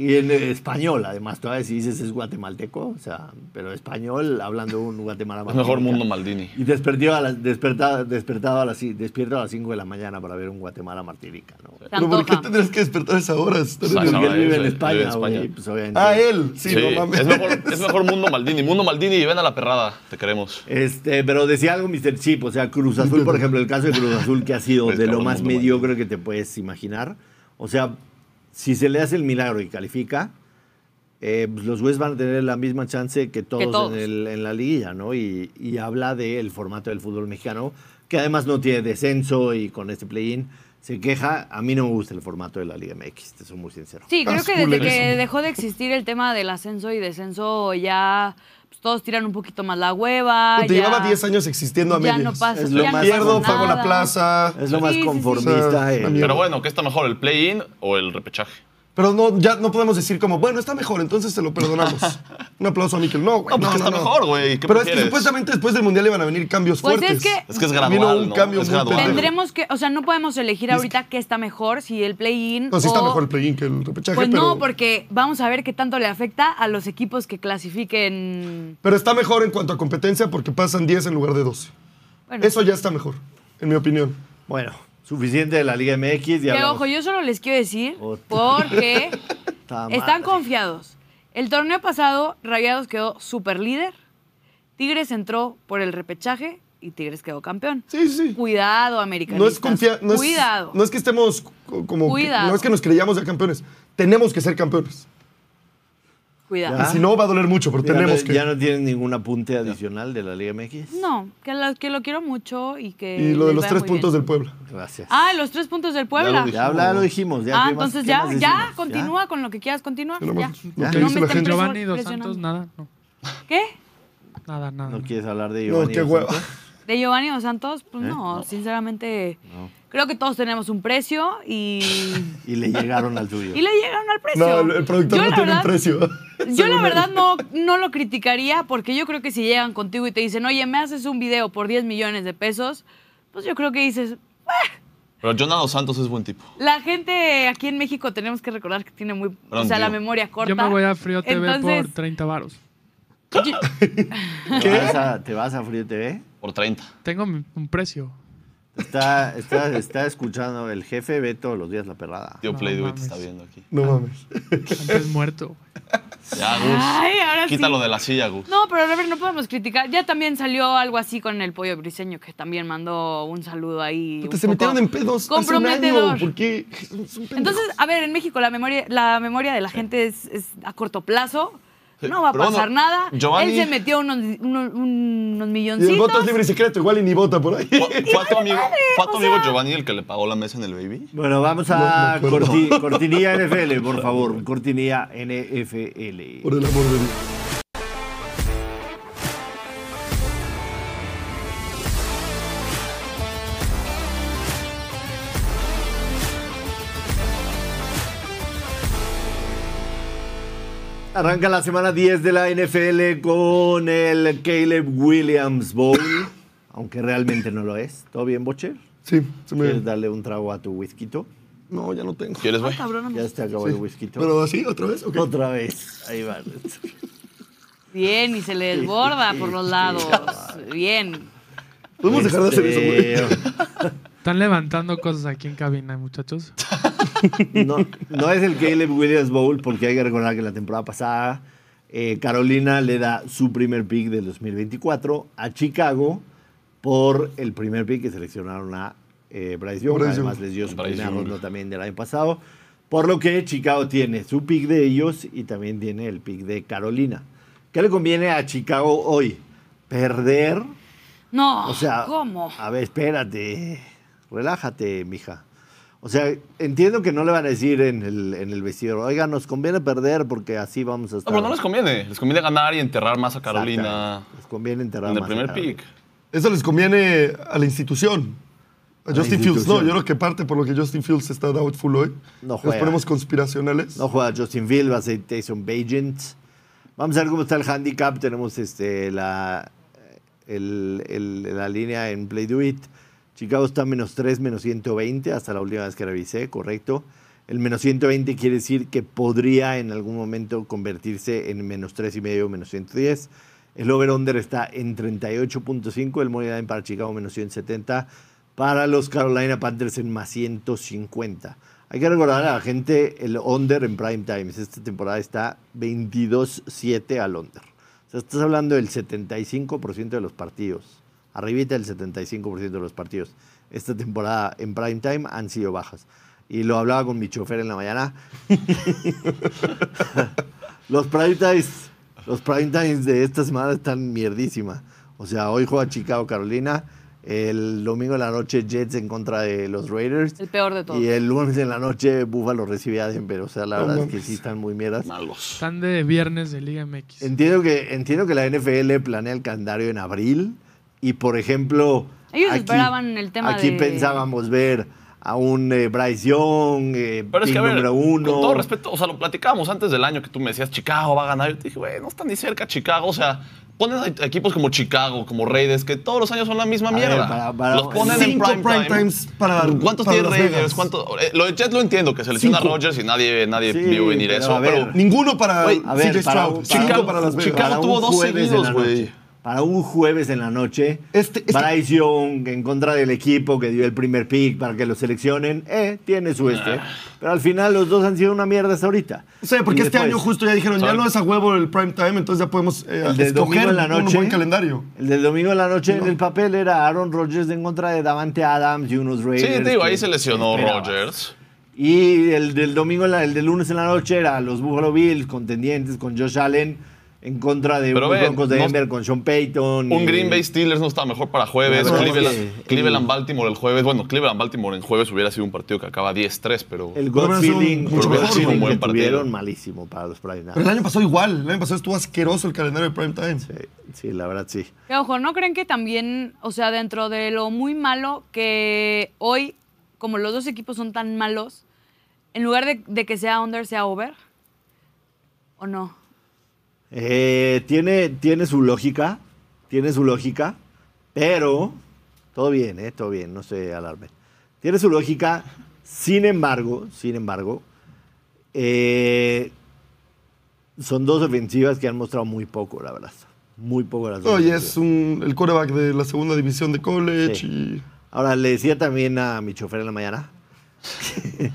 [SPEAKER 1] Y en eh, español, además, todavía si dices es guatemalteco, o sea, pero español hablando un Guatemala
[SPEAKER 4] Es mejor
[SPEAKER 1] Martinica.
[SPEAKER 4] mundo Maldini.
[SPEAKER 1] Y despertó a las, desperta- despertado a las, ci- despierto a las 5 de la mañana para ver un Guatemala Martinica, ¿no?
[SPEAKER 3] Se
[SPEAKER 5] Pero ¿por qué
[SPEAKER 3] antoja.
[SPEAKER 5] tendrías que despertar a esa hora? Si estás en
[SPEAKER 4] Exacto.
[SPEAKER 5] el-
[SPEAKER 1] Porque él
[SPEAKER 4] no,
[SPEAKER 1] vive en
[SPEAKER 4] él vive en
[SPEAKER 1] España,
[SPEAKER 4] España.
[SPEAKER 1] güey, pues, obviamente.
[SPEAKER 5] Ah, él. Sí,
[SPEAKER 4] Sí,
[SPEAKER 5] no mames.
[SPEAKER 4] es, mejor, es mejor mundo Maldini. Mundo Maldini, ven a la perrada, te queremos.
[SPEAKER 1] Este, pero decía algo Mr. Chip, o sea, Cruz Azul, por ejemplo, el caso de Cruz Azul que ha sido
[SPEAKER 4] Pues,
[SPEAKER 1] de lo
[SPEAKER 4] cabrón,
[SPEAKER 1] más
[SPEAKER 4] mundo
[SPEAKER 1] mediocre que te puedes imaginar. O sea, si se le hace el milagro y califica, eh, pues, los güeyes van a tener la misma chance que todos,
[SPEAKER 3] todos.
[SPEAKER 1] En, el- en la liguilla, ¿no? Y, y habla del formato del fútbol mexicano, que además no tiene descenso y con este play-in se queja. A mí no me gusta el formato de la Liga MX, te soy muy sincero.
[SPEAKER 3] Sí, creo
[SPEAKER 5] Estás
[SPEAKER 3] que desde que
[SPEAKER 5] culerísimo.
[SPEAKER 3] dejó de existir el tema del ascenso y descenso, ya pues, todos tiran un poquito más la hueva.
[SPEAKER 5] Te
[SPEAKER 3] Ah, ya-
[SPEAKER 5] llevaba 10 años existiendo a
[SPEAKER 3] ya
[SPEAKER 5] medias.
[SPEAKER 3] no pasa,
[SPEAKER 1] Es lo
[SPEAKER 3] ya
[SPEAKER 1] más-
[SPEAKER 3] no
[SPEAKER 5] Pierdo,
[SPEAKER 3] pasa
[SPEAKER 5] pago la
[SPEAKER 3] nada.
[SPEAKER 5] plaza.
[SPEAKER 1] Es lo
[SPEAKER 3] Sí,
[SPEAKER 1] más
[SPEAKER 3] sí, sí.
[SPEAKER 1] conformista.
[SPEAKER 5] O sea,
[SPEAKER 1] eh.
[SPEAKER 5] Sí.
[SPEAKER 4] Pero bueno, ¿qué está mejor, el play-in o el repechaje?
[SPEAKER 5] Pero no, ya no podemos decir como, bueno, está mejor, entonces se
[SPEAKER 3] [LAUGHS]
[SPEAKER 5] lo perdonamos. Un aplauso a Mikel. No, güey.
[SPEAKER 4] No, pues que está mejor, güey. ¿Qué
[SPEAKER 5] Pero es que
[SPEAKER 4] prefieres?
[SPEAKER 5] supuestamente después del Mundial iban a venir cambios
[SPEAKER 3] Pues es
[SPEAKER 5] fuertes.
[SPEAKER 3] que-
[SPEAKER 4] Es que es
[SPEAKER 5] Vino
[SPEAKER 4] gradual,
[SPEAKER 5] un
[SPEAKER 4] ¿no?
[SPEAKER 5] cambio
[SPEAKER 4] Es
[SPEAKER 5] muy
[SPEAKER 4] gradual.
[SPEAKER 5] pendejo.
[SPEAKER 3] Tendremos que, o sea, no podemos elegir
[SPEAKER 5] es
[SPEAKER 3] ahorita qué está mejor, si el play-in.
[SPEAKER 5] No, sí está
[SPEAKER 3] o-
[SPEAKER 5] mejor el play-in que el repechaje,
[SPEAKER 3] Pues
[SPEAKER 5] pero...
[SPEAKER 3] no, porque vamos a ver qué tanto le afecta a los equipos que clasifiquen.
[SPEAKER 5] Pero está mejor en cuanto a competencia porque pasan 10 en lugar de 12.
[SPEAKER 3] Bueno,
[SPEAKER 5] Eso ya está mejor, en mi opinión.
[SPEAKER 1] Bueno, suficiente de la Liga MX. y
[SPEAKER 3] que
[SPEAKER 1] hablamos.
[SPEAKER 3] ojo, yo solo les quiero decir
[SPEAKER 5] [LAUGHS]
[SPEAKER 1] Puta.
[SPEAKER 3] porque
[SPEAKER 1] Puta madre.
[SPEAKER 3] están confiados. El torneo pasado, Rayados quedó super líder, Tigres entró por el repechaje y Tigres quedó campeón.
[SPEAKER 5] Sí, sí.
[SPEAKER 3] Cuidado, americanistas.
[SPEAKER 5] No es confia- no es-
[SPEAKER 3] Cuidado.
[SPEAKER 5] no es que estemos co- como. que-
[SPEAKER 3] Cuidado.
[SPEAKER 5] no es que nos creyamos ya campeones. Tenemos que ser campeones.
[SPEAKER 3] Cuidado.
[SPEAKER 1] Ya. Ah.
[SPEAKER 5] Y si no, va a doler mucho, pero
[SPEAKER 1] Ya
[SPEAKER 5] tenemos
[SPEAKER 1] no-
[SPEAKER 5] que.
[SPEAKER 1] ¿Ya no tienen ningún apunte adicional de la Liga MX?
[SPEAKER 3] No, que lo, que lo quiero mucho y que.
[SPEAKER 5] y lo de
[SPEAKER 3] les
[SPEAKER 5] los
[SPEAKER 3] vaya
[SPEAKER 5] tres
[SPEAKER 3] muy
[SPEAKER 5] puntos
[SPEAKER 3] bien.
[SPEAKER 5] del Puebla.
[SPEAKER 1] Gracias.
[SPEAKER 3] Ah, los tres puntos del Puebla.
[SPEAKER 4] lo dije.
[SPEAKER 1] Ya habla- lo dijimos. Ya,
[SPEAKER 3] ah,
[SPEAKER 1] ¿qué más-
[SPEAKER 3] entonces
[SPEAKER 1] qué
[SPEAKER 3] ya,
[SPEAKER 1] más
[SPEAKER 3] ya,
[SPEAKER 1] decimos?
[SPEAKER 3] continúa con lo que quieras, continúa.
[SPEAKER 5] Ya lo
[SPEAKER 3] Ya.
[SPEAKER 5] hemos- lo
[SPEAKER 1] Ya.
[SPEAKER 5] que
[SPEAKER 3] No
[SPEAKER 5] dice
[SPEAKER 3] me
[SPEAKER 5] la gente.
[SPEAKER 3] estén
[SPEAKER 7] Giovanni dos
[SPEAKER 3] presionando.
[SPEAKER 7] Santos, nada, no.
[SPEAKER 3] ¿Qué?
[SPEAKER 7] Nada, nada.
[SPEAKER 1] ¿No
[SPEAKER 7] nada.
[SPEAKER 1] quieres hablar de
[SPEAKER 5] No,
[SPEAKER 1] Giovanni?
[SPEAKER 5] qué
[SPEAKER 1] Dos
[SPEAKER 5] hueva.
[SPEAKER 1] Santos?
[SPEAKER 3] ¿De Giovanni Dos Santos? Pues
[SPEAKER 5] ¿Eh?
[SPEAKER 3] no, sinceramente. Creo que todos tenemos un precio y.
[SPEAKER 5] [LAUGHS]
[SPEAKER 1] Y le llegaron al tuyo.
[SPEAKER 3] [LAUGHS] y le llegaron al precio.
[SPEAKER 5] No, el, el productor
[SPEAKER 3] Yo,
[SPEAKER 5] no
[SPEAKER 3] la
[SPEAKER 5] tiene un
[SPEAKER 3] verdad, [LAUGHS]
[SPEAKER 5] precio.
[SPEAKER 3] Yo la verdad no, no lo criticaría porque yo creo que si llegan contigo y te dicen, oye, me haces un video por 10 millones de pesos, pues yo creo que dices,
[SPEAKER 4] Pero Jonathan Dos Santos es buen tipo.
[SPEAKER 3] La gente aquí en México tenemos que recordar que tiene muy, o
[SPEAKER 4] Perdón,
[SPEAKER 3] sea, la
[SPEAKER 4] digo.
[SPEAKER 3] memoria corta.
[SPEAKER 7] Yo me voy a Frío TV por
[SPEAKER 3] Entonces,
[SPEAKER 7] 30 varos.
[SPEAKER 3] yo-
[SPEAKER 1] ¿Te vas a, te vas a Frío TV?
[SPEAKER 4] Por 30.
[SPEAKER 7] Tengo mi- un precio.
[SPEAKER 1] Te Está, está, está escuchando el jefe, ve todos los días la perrada.
[SPEAKER 4] Tío
[SPEAKER 7] No
[SPEAKER 4] Play Do It
[SPEAKER 7] mames.
[SPEAKER 4] está viendo aquí.
[SPEAKER 5] No mames.
[SPEAKER 7] Antes muerto.
[SPEAKER 4] Ya, Gus.
[SPEAKER 3] ay, ahora Ah, sí.
[SPEAKER 4] Quítalo de la silla, Gus.
[SPEAKER 3] No, pero a ver, no podemos criticar. Ya también salió algo así con el pollo briseño que también mandó un saludo ahí.
[SPEAKER 5] Puta,
[SPEAKER 3] un
[SPEAKER 5] se metieron
[SPEAKER 3] poco
[SPEAKER 5] en pedos hace un año.
[SPEAKER 3] Comprometedor.
[SPEAKER 5] ¿Por qué? Es un pendejo.
[SPEAKER 3] Entonces, a ver, en México la memoria, la memoria de la gente es, es a corto plazo.
[SPEAKER 4] Sí,
[SPEAKER 3] No va a
[SPEAKER 4] pero bueno,
[SPEAKER 3] pasar nada.
[SPEAKER 4] Giovanni-
[SPEAKER 3] Él se metió unos, unos, unos
[SPEAKER 5] y el voto es
[SPEAKER 3] milloncitos.
[SPEAKER 5] libre y secreto, igual y ni vota por ahí. [LAUGHS]
[SPEAKER 4] ¿Fue, fue a tu amigo, fue a tu
[SPEAKER 3] o
[SPEAKER 4] amigo
[SPEAKER 3] sea-
[SPEAKER 4] Giovanni el que le pagó la mesa en el baby?
[SPEAKER 1] Bueno, vamos a
[SPEAKER 5] No, no acuerdo.
[SPEAKER 1] corti- cortinilla NFL, por favor. Cortinilla NFL.
[SPEAKER 5] Por el amor de Dios.
[SPEAKER 1] Arranca la semana 10 de la NFL con el Caleb Williams Bowl, aunque realmente no lo es. ¿Todo bien, Bocher?
[SPEAKER 5] Sí, se
[SPEAKER 1] ¿Quieres
[SPEAKER 5] me...
[SPEAKER 1] darle un trago a tu whisky?
[SPEAKER 5] No, ya no tengo.
[SPEAKER 4] ¿Quieres,
[SPEAKER 3] Ah,
[SPEAKER 4] güey?
[SPEAKER 3] cabrón,
[SPEAKER 1] Ya se te acabó el whisky.
[SPEAKER 5] Pero así, otra vez, ok.
[SPEAKER 1] Otra vez. Ahí va.
[SPEAKER 3] Bien, y se le desborda por los lados. Bien.
[SPEAKER 5] Podemos dejar de hacer eso, güey.
[SPEAKER 1] Este,
[SPEAKER 7] Están levantando cosas aquí en cabina, muchachos.
[SPEAKER 1] No, no es el Caleb Williams Bowl porque hay que recordar que la temporada pasada eh, Carolina le da su primer pick del 2024 a Chicago por el primer pick que seleccionaron a eh, Bryce Young.
[SPEAKER 5] Bryce
[SPEAKER 1] Además
[SPEAKER 5] Young.
[SPEAKER 1] les dio su
[SPEAKER 4] Bryce
[SPEAKER 1] primera
[SPEAKER 4] Young.
[SPEAKER 1] ronda también del año pasado. Por lo que Chicago tiene su pick de ellos y también tiene el pick de Carolina. ¿Qué le conviene a Chicago hoy? Perder.
[SPEAKER 3] No,
[SPEAKER 1] O sea,
[SPEAKER 3] Ah,
[SPEAKER 1] ah,
[SPEAKER 3] ¿cómo?
[SPEAKER 1] A ver, espérate. Relájate, mija. O sea, entiendo que no le van a decir en el, en el vestidor, oiga, nos conviene perder porque así vamos a
[SPEAKER 4] No,
[SPEAKER 1] estar.
[SPEAKER 4] pero no les conviene. Les conviene ganar y enterrar más a Carolina
[SPEAKER 1] Exactamente. Nos conviene enterrar
[SPEAKER 4] en el
[SPEAKER 1] más a
[SPEAKER 4] primer
[SPEAKER 1] Carolina.
[SPEAKER 4] pick.
[SPEAKER 5] Eso les conviene a la institución. A
[SPEAKER 1] la
[SPEAKER 5] Justin Fields, no.
[SPEAKER 1] institución.
[SPEAKER 5] Yo creo que parte por lo que Justin Fields está doubtful hoy.
[SPEAKER 1] No
[SPEAKER 5] Nos
[SPEAKER 1] juega.
[SPEAKER 5] ponemos conspiracionales.
[SPEAKER 1] No juega Justin Field, va a ser Tyson Bagent. Vamos a ver cómo está el handicap. Tenemos este, la, el- el- la línea en Play Do It. Chicago está menos 3, menos 120, hasta la última vez que revisé, correcto. El menos 120 quiere decir que podría en algún momento convertirse en menos 3,5, menos 110. El over-under está en 38.5, el money line para Chicago menos 170, para los Carolina Panthers en más 150. Hay que recordar a la gente el under en prime times. Esta temporada está 22-7 al under. O sea, estás hablando del 75% de los partidos. Arribita el 75% de los partidos. Esta temporada en prime time han sido bajas. Y lo hablaba con mi chofer en la mañana. [LAUGHS] los prime times, los prime times de esta semana están mierdísima. O sea, hoy juega Chicago Carolina. El domingo en la noche Jets en contra de los Raiders.
[SPEAKER 3] El peor de todos.
[SPEAKER 1] Y el lunes en la noche Búfalo recibía a Denver. O sea, la
[SPEAKER 5] No
[SPEAKER 1] verdad es
[SPEAKER 5] mames.
[SPEAKER 1] que sí están muy mierdas.
[SPEAKER 4] Malos.
[SPEAKER 7] Están de viernes de Liga MX.
[SPEAKER 1] Entiendo que, entiendo que la NFL planea el calendario en abril y, por ejemplo,
[SPEAKER 3] Ellos esperaban el tema
[SPEAKER 1] aquí
[SPEAKER 3] de-
[SPEAKER 1] pensábamos ver a un eh, Bryce Young, eh,
[SPEAKER 4] Pero es
[SPEAKER 1] pick
[SPEAKER 4] que, a ver,
[SPEAKER 1] número uno.
[SPEAKER 4] con todo respeto, o sea, lo platicábamos antes del año que tú me decías, Chicago va a ganar. Yo te dije, güey, no está ni cerca Chicago. O sea, ponen a equipos como Chicago, como Raiders, que todos los años son la misma
[SPEAKER 1] A ver,
[SPEAKER 4] mierda.
[SPEAKER 1] para- para-
[SPEAKER 4] los ponen en
[SPEAKER 5] Cinco
[SPEAKER 4] prime,
[SPEAKER 5] prime
[SPEAKER 4] time.
[SPEAKER 5] times para-
[SPEAKER 4] ¿Cuántos
[SPEAKER 5] para
[SPEAKER 4] tiene
[SPEAKER 5] Las
[SPEAKER 4] Raiders?
[SPEAKER 5] Vegas.
[SPEAKER 4] ¿Cuánto? eh, Lo de Jets lo entiendo, que selecciona a
[SPEAKER 5] Cinco.
[SPEAKER 4] Rogers y nadie, nadie
[SPEAKER 1] Sí,
[SPEAKER 4] vio venir
[SPEAKER 1] pero
[SPEAKER 4] eso.
[SPEAKER 1] a ver,
[SPEAKER 4] Pero
[SPEAKER 5] Ninguno para
[SPEAKER 4] Güey,
[SPEAKER 1] a ver,
[SPEAKER 5] CJ
[SPEAKER 1] para-
[SPEAKER 5] Stroud.
[SPEAKER 1] para-
[SPEAKER 5] Cinco para Las Vegas.
[SPEAKER 4] Chicago
[SPEAKER 1] un
[SPEAKER 4] tuvo dos
[SPEAKER 1] jueves en la
[SPEAKER 4] seguidos, güey.
[SPEAKER 1] noche. para un jueves en la noche.
[SPEAKER 5] Este- este-
[SPEAKER 1] Bryce Young en contra del equipo que dio el primer pick para que lo seleccionen. Eh, tiene su
[SPEAKER 4] Ah.
[SPEAKER 1] este. Pero al final los dos han sido una mierda hasta ahorita.
[SPEAKER 5] O sea, porque
[SPEAKER 1] Y
[SPEAKER 5] este
[SPEAKER 1] después,
[SPEAKER 5] año justo ya dijeron, ya
[SPEAKER 4] ¿Sabe?
[SPEAKER 5] no es a huevo el prime time, entonces ya podemos eh,
[SPEAKER 1] El del
[SPEAKER 5] escoger
[SPEAKER 1] domingo en la
[SPEAKER 5] un
[SPEAKER 1] noche.
[SPEAKER 5] buen calendario.
[SPEAKER 1] El del domingo en la noche en el papel era Aaron Rodgers en contra de Davante Adams y unos Raiders.
[SPEAKER 4] Sí, te digo, ahí
[SPEAKER 1] que
[SPEAKER 4] se lesionó
[SPEAKER 1] esperabas.
[SPEAKER 4] Rodgers.
[SPEAKER 1] Y el del domingo, en la- el del lunes en la noche era los Buffalo Bills contendientes con Josh Allen en contra de
[SPEAKER 4] Pero
[SPEAKER 1] unos
[SPEAKER 4] ve,
[SPEAKER 1] Broncos de
[SPEAKER 4] no-
[SPEAKER 1] Denver con Sean Payton.
[SPEAKER 4] Un
[SPEAKER 1] y-
[SPEAKER 4] Green Bay Steelers no estaba mejor para jueves.
[SPEAKER 1] No, no,
[SPEAKER 4] Cleveland,
[SPEAKER 1] porque-
[SPEAKER 4] Cleveland Baltimore el jueves. Bueno, Cleveland Baltimore en jueves hubiera sido un partido que acaba 10-3, pero.
[SPEAKER 1] El God
[SPEAKER 5] Hubiera sido un-
[SPEAKER 1] feeling,
[SPEAKER 5] mucho
[SPEAKER 1] el gut
[SPEAKER 5] mejor,
[SPEAKER 1] feeling
[SPEAKER 5] un
[SPEAKER 1] que
[SPEAKER 4] buen partido.
[SPEAKER 1] tuvieron malísimo para los Pride
[SPEAKER 5] Pero el año pasado igual, el año pasado estuvo asqueroso el calendario del prime time.
[SPEAKER 1] Sí, la verdad sí.
[SPEAKER 3] Que, ojo, ¿no creen que también, o sea, dentro de lo muy malo que hoy, como los dos equipos son tan malos, en lugar de, de que sea under, sea over? ¿O no?
[SPEAKER 1] Eh, tiene, tiene su lógica, tiene su lógica, pero todo bien, eh, todo bien, no se alarme. Tiene su lógica, sin embargo, sin embargo, eh, son dos ofensivas que han mostrado muy poco, la verdad. Muy poco las dos.
[SPEAKER 5] Oye,
[SPEAKER 1] ofensivas.
[SPEAKER 5] es un, el quarterback de la segunda división de college y...
[SPEAKER 1] Ahora, le decía también a mi chofer en la mañana [LAUGHS]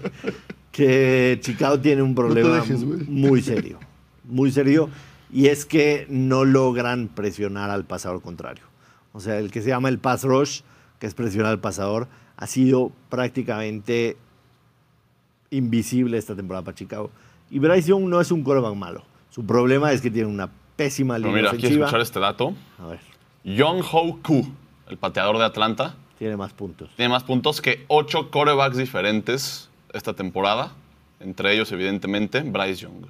[SPEAKER 1] que Chicago tiene un problema
[SPEAKER 5] dejes, güey.
[SPEAKER 1] muy serio, muy serio, y es que no logran presionar al pasador contrario. O sea, el que se llama el pass rush, que es presionar al pasador, ha sido prácticamente invisible esta temporada para Chicago. Y Bryce Young no es un quarterback malo. Su problema es que tiene una pésima
[SPEAKER 4] Pero
[SPEAKER 1] línea
[SPEAKER 4] mira, aquí
[SPEAKER 1] ofensiva.
[SPEAKER 4] escuchar este dato.
[SPEAKER 1] A ver,
[SPEAKER 4] Young Ho Koo, el pateador de Atlanta,
[SPEAKER 1] tiene más puntos.
[SPEAKER 4] tiene más puntos que ocho corebacks diferentes esta temporada. Entre ellos, evidentemente, Bryce Young.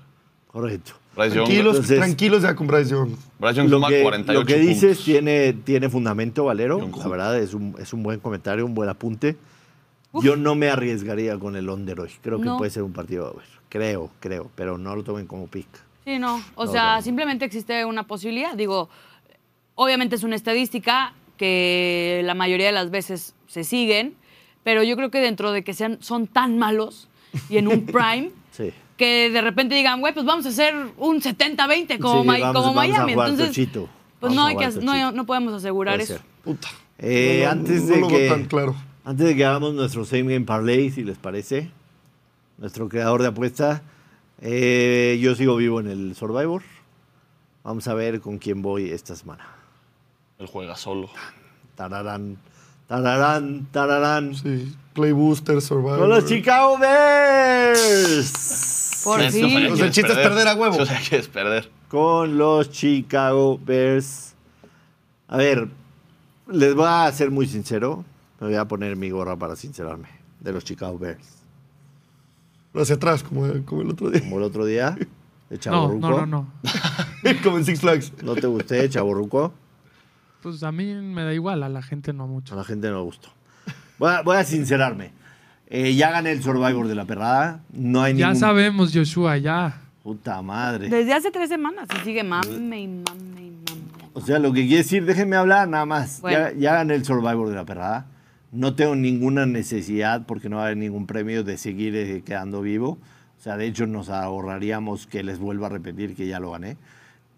[SPEAKER 1] Correcto.
[SPEAKER 4] Bryce Young,
[SPEAKER 5] Tranquilos,
[SPEAKER 1] Entonces-
[SPEAKER 5] tranquilos ya con Bryce Young.
[SPEAKER 4] Bryce Young
[SPEAKER 1] lo
[SPEAKER 4] suma
[SPEAKER 1] que,
[SPEAKER 4] 48
[SPEAKER 1] lo que dices
[SPEAKER 4] puntos.
[SPEAKER 1] tiene, tiene fundamento, Valero.
[SPEAKER 4] John
[SPEAKER 1] La
[SPEAKER 4] Hood.
[SPEAKER 1] verdad es un, es un buen comentario, un buen apunte. Yo no me arriesgaría con el under hoy. Creo que
[SPEAKER 3] No.
[SPEAKER 1] puede ser un partido over. Creo, creo, pero no lo tomen como pick.
[SPEAKER 3] Sí, no. O
[SPEAKER 1] No,
[SPEAKER 3] sea,
[SPEAKER 1] no.
[SPEAKER 3] simplemente existe una posibilidad. Digo, obviamente es una estadística que la mayoría de las veces se siguen, pero yo creo que dentro de que sean, son tan malos y en
[SPEAKER 1] [LAUGHS]
[SPEAKER 3] un prime,
[SPEAKER 1] Sí.
[SPEAKER 3] que de repente digan, güey, pues vamos a hacer un 70-20 como,
[SPEAKER 1] Sí,
[SPEAKER 3] Mi-
[SPEAKER 1] vamos-
[SPEAKER 3] como
[SPEAKER 1] vamos a
[SPEAKER 3] Miami.
[SPEAKER 1] jugar
[SPEAKER 3] Entonces,
[SPEAKER 1] tochito. Vamos
[SPEAKER 3] pues no,
[SPEAKER 1] a
[SPEAKER 3] hay que,
[SPEAKER 1] jugar
[SPEAKER 3] hac- no,
[SPEAKER 1] tochito.
[SPEAKER 3] no podemos asegurar
[SPEAKER 1] Puede
[SPEAKER 3] eso.
[SPEAKER 1] ser.
[SPEAKER 5] Puta.
[SPEAKER 1] Eh,
[SPEAKER 5] No, no,
[SPEAKER 1] antes
[SPEAKER 5] no
[SPEAKER 1] de
[SPEAKER 5] lo veo
[SPEAKER 1] que,
[SPEAKER 5] tan claro.
[SPEAKER 1] Antes de que hagamos nuestro Same Game Parlay, si les parece, nuestro creador de apuesta, eh, yo sigo vivo en el Survivor. Vamos a ver con quién voy esta semana.
[SPEAKER 4] Él juega solo.
[SPEAKER 1] Tararán, tararán, tararán.
[SPEAKER 5] Sí, Play Booster, Survivor.
[SPEAKER 1] Con los Chicago Bears.
[SPEAKER 3] Por
[SPEAKER 4] Sí, o sea,
[SPEAKER 3] fin.
[SPEAKER 4] ya
[SPEAKER 5] O sea, el
[SPEAKER 4] quieres
[SPEAKER 5] chiste es perder a huevo.
[SPEAKER 4] Sí, O sea, quieres perder.
[SPEAKER 1] Con los Chicago Bears. A ver, les voy a ser muy sincero. Me voy a poner mi gorra para sincerarme. De los Chicago Bears.
[SPEAKER 5] Pero Hacia atrás, como, como el otro día. [LAUGHS]
[SPEAKER 1] Como el otro día, de
[SPEAKER 7] No,
[SPEAKER 1] Chaborruco.
[SPEAKER 7] no, no, no.
[SPEAKER 5] como en Six Flags.
[SPEAKER 1] ¿No te gusté, Chaborruco?
[SPEAKER 7] Pues a mí me da igual, a la gente no
[SPEAKER 1] A
[SPEAKER 7] mucho.
[SPEAKER 1] la gente no le gustó. Voy a, voy a sincerarme. Eh, ya gané el Survivor de la perrada. No hay
[SPEAKER 7] Ya
[SPEAKER 1] ningún...
[SPEAKER 7] sabemos, Joshua, ya.
[SPEAKER 1] Puta madre.
[SPEAKER 3] Desde hace tres semanas y sigue mame y mame y mame.
[SPEAKER 1] O sea, lo que quiere decir, déjenme hablar nada más.
[SPEAKER 3] Bueno.
[SPEAKER 1] Ya, ya gané el Survivor de la perrada. No tengo ninguna necesidad, porque no va a haber ningún premio, de seguir eh, quedando vivo. O sea, de hecho, nos ahorraríamos que les vuelva a repetir que ya lo gané.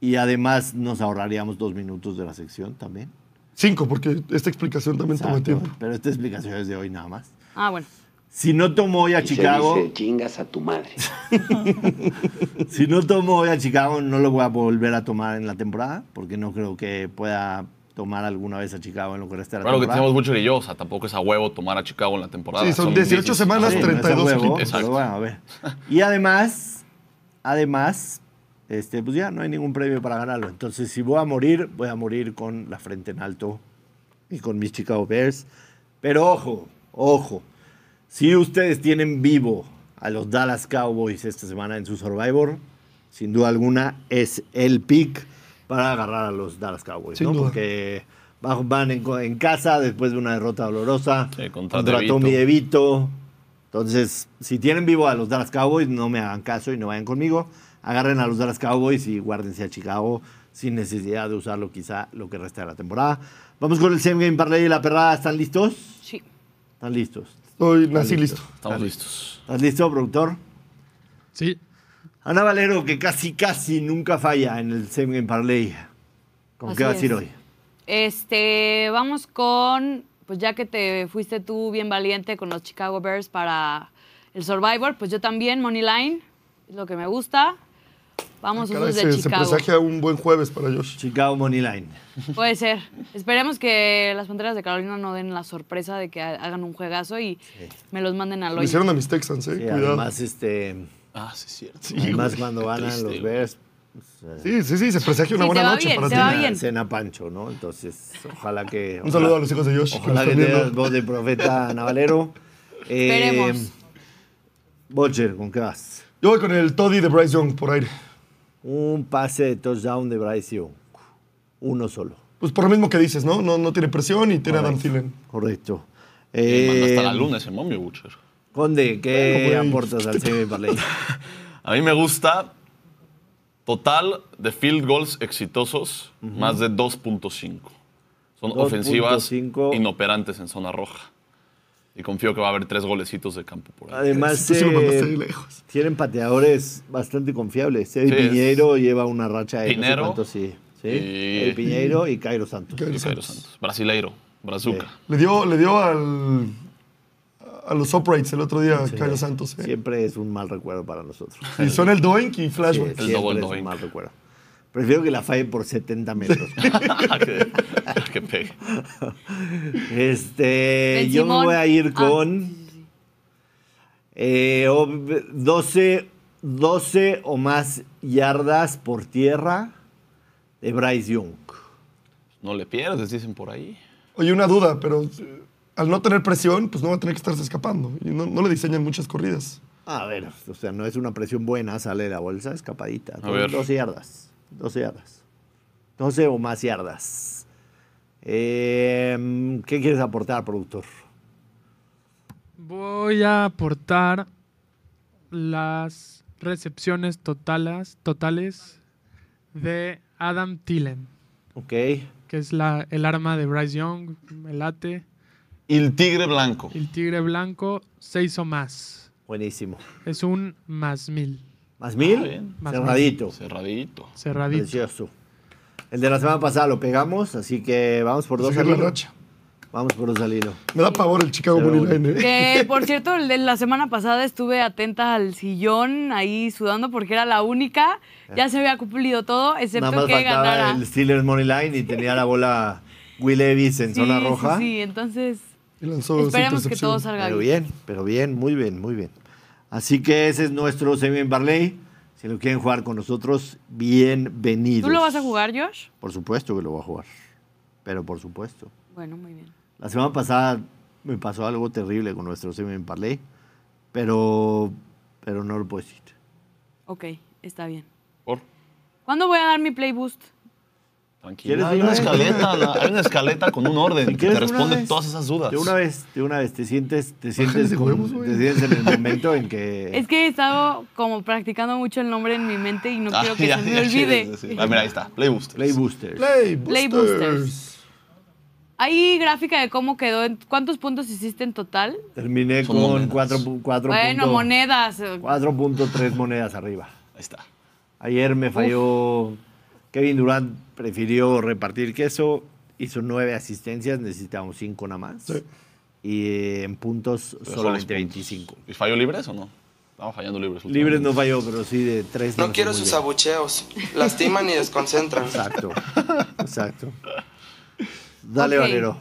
[SPEAKER 1] Y además, nos ahorraríamos dos minutos de la sección también.
[SPEAKER 5] Cinco, porque esta explicación también toma
[SPEAKER 1] Exacto.
[SPEAKER 5] tiempo.
[SPEAKER 1] Pero esta explicación es de hoy nada más.
[SPEAKER 3] Ah, bueno.
[SPEAKER 1] Si no tomo hoy a
[SPEAKER 2] Y se
[SPEAKER 1] Chicago,
[SPEAKER 2] dice, chingas a tu madre.
[SPEAKER 1] si no tomo hoy a Chicago, no lo voy a volver a tomar en la temporada, porque no creo que pueda tomar alguna vez a Chicago en lo que resta de la
[SPEAKER 4] Claro que
[SPEAKER 1] temporada.
[SPEAKER 4] tenemos Butcher y yo, o sea, tampoco es a huevo tomar a Chicago en la temporada.
[SPEAKER 5] Sí, son 18
[SPEAKER 4] 16
[SPEAKER 5] semanas,
[SPEAKER 1] Sí,
[SPEAKER 4] Ah,
[SPEAKER 1] no es a
[SPEAKER 5] 32
[SPEAKER 1] huevo,
[SPEAKER 5] equipos.
[SPEAKER 1] pero
[SPEAKER 4] Exacto.
[SPEAKER 1] bueno, a ver. [LAUGHS] Y además, además, este, pues ya no hay ningún premio para ganarlo. Entonces, si voy a morir, voy a morir con la frente en alto y con mis Chicago Bears. Pero ojo, ojo. Si ustedes tienen vivo a los Dallas Cowboys esta semana en su Survivor, sin duda alguna es el pick para agarrar a los Dallas Cowboys,
[SPEAKER 5] Sin
[SPEAKER 1] ¿no?
[SPEAKER 5] duda.
[SPEAKER 1] Porque va- van en, co- en casa después de una derrota dolorosa
[SPEAKER 4] Sí, contra
[SPEAKER 1] contra, Tommy Evito. Entonces, si tienen vivo a los Dallas Cowboys, no me hagan caso y no vayan conmigo. Agarren a los Dallas Cowboys y guárdense a Chicago sin necesidad de usarlo quizá lo que resta de la temporada. Vamos con el Same Game Parlay y la perrada. ¿Están listos?
[SPEAKER 3] Sí.
[SPEAKER 1] Están listos.
[SPEAKER 5] Hoy nací listo.
[SPEAKER 4] Estamos listos.
[SPEAKER 1] ¿Estás listo, productor?
[SPEAKER 7] Sí.
[SPEAKER 1] Ana Valero, que casi, casi nunca falla en el Same Game Parlay. ¿Con
[SPEAKER 3] Así
[SPEAKER 1] qué vas a ir
[SPEAKER 3] es.
[SPEAKER 1] hoy?
[SPEAKER 3] Este, vamos con, pues ya que te fuiste tú bien valiente con los Chicago Bears para el Survivor, pues yo también, Moneyline, es lo que me gusta. Vamos
[SPEAKER 5] Ah, Caray,
[SPEAKER 3] usos de
[SPEAKER 5] se, se
[SPEAKER 3] Chicago.
[SPEAKER 5] presagia un buen jueves para Josh.
[SPEAKER 1] Chicago Money Line.
[SPEAKER 3] Puede ser. Esperemos que las Panteras de Carolina no den la sorpresa de que ha- hagan un juegazo y me los manden al
[SPEAKER 5] Lo
[SPEAKER 3] hoyo.
[SPEAKER 5] hicieron a mis Texans, eh.
[SPEAKER 1] Sí,
[SPEAKER 5] Cuidado.
[SPEAKER 1] además, este,
[SPEAKER 4] Ah, sí, es cierto.
[SPEAKER 1] además
[SPEAKER 4] güey,
[SPEAKER 1] cuando
[SPEAKER 4] qué
[SPEAKER 1] ganan
[SPEAKER 4] triste,
[SPEAKER 1] los
[SPEAKER 4] güey.
[SPEAKER 1] Bears,
[SPEAKER 5] Sí, sí, sí, se presagia una
[SPEAKER 3] eh. Sí, te
[SPEAKER 5] buena
[SPEAKER 3] va
[SPEAKER 5] noche
[SPEAKER 3] bien,
[SPEAKER 5] para
[SPEAKER 3] te
[SPEAKER 5] ti.
[SPEAKER 3] va
[SPEAKER 1] cena-
[SPEAKER 3] bien.
[SPEAKER 1] cena Pancho, ¿no? Entonces, ojalá que...
[SPEAKER 5] Un saludo
[SPEAKER 1] ojalá-
[SPEAKER 5] a los hijos de Josh. que
[SPEAKER 1] Ojalá
[SPEAKER 5] nos
[SPEAKER 1] que
[SPEAKER 5] están
[SPEAKER 1] tengas
[SPEAKER 5] viendo.
[SPEAKER 1] voz de profeta Navalero. Eh,
[SPEAKER 3] Esperemos.
[SPEAKER 1] Butcher, ¿con qué vas?
[SPEAKER 5] Yo voy con el Toddy de Bryce Young por aire.
[SPEAKER 1] Un pase de touchdown de Bryce Young. Uno solo.
[SPEAKER 5] Pues por lo mismo que dices, ¿no? No, no tiene presión y tiene a Adam Thielen.
[SPEAKER 1] Correcto.
[SPEAKER 4] Me mandó hasta la
[SPEAKER 1] Eh,
[SPEAKER 4] luna ese momio, Butcher.
[SPEAKER 1] Conde, ¿qué
[SPEAKER 5] Bueno, pues, güey.
[SPEAKER 1] aportas al semi parlay?
[SPEAKER 4] A mí me gusta total de field goals exitosos más de 2.5. Son
[SPEAKER 1] 2.5.
[SPEAKER 4] ofensivas inoperantes en zona roja. Y confío que va a haber tres golecitos de campo por ahí.
[SPEAKER 1] Además,
[SPEAKER 5] Eso sí lo mandaste
[SPEAKER 1] eh,
[SPEAKER 5] de lejos.
[SPEAKER 1] tienen pateadores bastante confiables. Eddie
[SPEAKER 4] Sí, es-
[SPEAKER 1] Piñeiro lleva una racha de no
[SPEAKER 4] Pinero.
[SPEAKER 1] sé cuántos, sí. ¿Sí?
[SPEAKER 4] Y-
[SPEAKER 1] Eddie Piñeiro y Cairo Santos.
[SPEAKER 5] Cairo
[SPEAKER 4] Y Cairo Santos. Brasileiro, Brazuca.
[SPEAKER 5] Le dio, le dio al, a los uprights el otro día, Cairo Santos. ¿eh?
[SPEAKER 1] Siempre es un mal recuerdo para nosotros.
[SPEAKER 5] Y son el Doink y
[SPEAKER 1] Sí,
[SPEAKER 5] Flashback.
[SPEAKER 1] siempre
[SPEAKER 4] double
[SPEAKER 1] es un
[SPEAKER 4] doink.
[SPEAKER 1] mal recuerdo. Prefiero que la falle por 70
[SPEAKER 5] [LAUGHS]
[SPEAKER 1] metros.
[SPEAKER 4] que, [LAUGHS] que pegue.
[SPEAKER 1] Este,
[SPEAKER 3] Ben
[SPEAKER 1] yo me
[SPEAKER 3] Simón.
[SPEAKER 1] voy a ir
[SPEAKER 3] Ah,
[SPEAKER 1] con eh, ob- 12, 12 o más yardas por tierra de Bryce Young.
[SPEAKER 4] No le pierdes, dicen por ahí.
[SPEAKER 5] Oye, una duda, pero eh, al no tener presión, pues no va a tener que estarse escapando. Y no, no le diseñan muchas corridas.
[SPEAKER 1] A ver, o sea, no es una presión buena, sale de la bolsa escapadita.
[SPEAKER 4] A ver.
[SPEAKER 1] 12 yardas. 12 yardas. 12 o más yardas. Em, ¿Qué quieres aportar, productor?
[SPEAKER 7] Voy a aportar las recepciones totales, totales de Adam Thielen,
[SPEAKER 1] Ok.
[SPEAKER 7] que es la, el arma de Bryce Young, el late,
[SPEAKER 4] Y el tigre blanco.
[SPEAKER 7] el tigre blanco, seis o más.
[SPEAKER 1] Buenísimo.
[SPEAKER 7] Es un más mil,
[SPEAKER 1] ¿Más mil?
[SPEAKER 4] bien.
[SPEAKER 7] Más
[SPEAKER 1] Cerradito.
[SPEAKER 4] Cerradito.
[SPEAKER 7] cerradito.
[SPEAKER 1] Precioso. El de la semana pasada lo pegamos, así que vamos por dos
[SPEAKER 5] Seguir Pues la
[SPEAKER 1] al hilo.
[SPEAKER 5] racha.
[SPEAKER 1] Vamos por dos al hilo.
[SPEAKER 5] Me da pavor el Chicago
[SPEAKER 1] Pero
[SPEAKER 5] Money
[SPEAKER 1] bueno.
[SPEAKER 5] Line, ¿eh?
[SPEAKER 3] Que, por cierto, el de la semana pasada estuve atenta al sillón ahí sudando porque era la única. Ya se había cumplido todo, excepto
[SPEAKER 1] Nada más
[SPEAKER 3] que
[SPEAKER 1] faltaba
[SPEAKER 3] ganara.
[SPEAKER 1] el Steelers Money Line y tenía la bola Will Levis en
[SPEAKER 3] Sí,
[SPEAKER 1] zona
[SPEAKER 3] sí,
[SPEAKER 1] roja.
[SPEAKER 3] Sí, entonces
[SPEAKER 5] Y lanzó su
[SPEAKER 3] esperemos que
[SPEAKER 5] intercepción.
[SPEAKER 3] todo salga
[SPEAKER 1] Pero
[SPEAKER 3] bien.
[SPEAKER 1] bien, pero bien, muy bien, muy bien. Así que ese es nuestro semi en Barley. Si lo quieren jugar con nosotros, bienvenidos.
[SPEAKER 3] ¿Tú lo vas a jugar, Josh?
[SPEAKER 1] Por supuesto que lo voy a jugar. Pero por supuesto.
[SPEAKER 3] Bueno, muy bien.
[SPEAKER 1] La semana pasada me pasó algo terrible con nuestro semi en Barley, pero, pero no lo puedo decir.
[SPEAKER 3] Ok, está bien.
[SPEAKER 4] Por.
[SPEAKER 3] ¿Cuándo voy a dar mi play boost?
[SPEAKER 1] ¿Quieres
[SPEAKER 4] Tranquilo. Ah, Hay
[SPEAKER 1] de
[SPEAKER 4] una
[SPEAKER 1] una vez?
[SPEAKER 4] escaleta, la- hay una escaleta con un orden que
[SPEAKER 1] ¿Quieres
[SPEAKER 4] te
[SPEAKER 1] de una
[SPEAKER 4] responde
[SPEAKER 1] vez?
[SPEAKER 4] todas esas dudas.
[SPEAKER 1] De una
[SPEAKER 4] [LAUGHS]
[SPEAKER 1] vez, de una vez, te sientes, te sientes,
[SPEAKER 5] de
[SPEAKER 1] con-
[SPEAKER 5] huevos, güey.
[SPEAKER 1] te sientes en el momento en que...
[SPEAKER 3] [LAUGHS] Es que he estado como practicando mucho el nombre en mi mente y no
[SPEAKER 4] Ah,
[SPEAKER 3] quiero que
[SPEAKER 4] ya,
[SPEAKER 3] se me
[SPEAKER 4] ya quieres
[SPEAKER 3] olvide.
[SPEAKER 4] decir. Ah, mira, ahí está. Play Boosters.
[SPEAKER 1] Play Booster.
[SPEAKER 5] Play
[SPEAKER 3] Play
[SPEAKER 5] Boosters.
[SPEAKER 3] ¿Hay gráfica de cómo quedó? en- ¿Cuántos puntos hiciste en total?
[SPEAKER 1] Terminé
[SPEAKER 4] Son
[SPEAKER 1] con
[SPEAKER 4] monedas.
[SPEAKER 1] 4.3
[SPEAKER 3] bueno, monedas. eh,
[SPEAKER 1] 4.3 monedas arriba.
[SPEAKER 4] Ahí está.
[SPEAKER 1] Ayer me falló. Kevin Durant prefirió repartir queso. Hizo nueve asistencias, necesitábamos cinco nada más.
[SPEAKER 5] Sí.
[SPEAKER 1] Y eh, en puntos
[SPEAKER 4] Pero son los
[SPEAKER 1] solamente
[SPEAKER 4] puntos.
[SPEAKER 1] 25.
[SPEAKER 4] pues, ¿Y falló libres o no? Estamos fallando libres.
[SPEAKER 1] Libres no
[SPEAKER 4] últimamente.
[SPEAKER 1] falló, pero sí de tres.
[SPEAKER 6] No
[SPEAKER 1] lanzó
[SPEAKER 6] quiero
[SPEAKER 1] muy
[SPEAKER 6] sus
[SPEAKER 1] bien.
[SPEAKER 6] abucheos. Lastiman y desconcentran.
[SPEAKER 1] Exacto,
[SPEAKER 4] [LAUGHS]
[SPEAKER 1] exacto. Dale,
[SPEAKER 3] Ok.
[SPEAKER 1] Valero.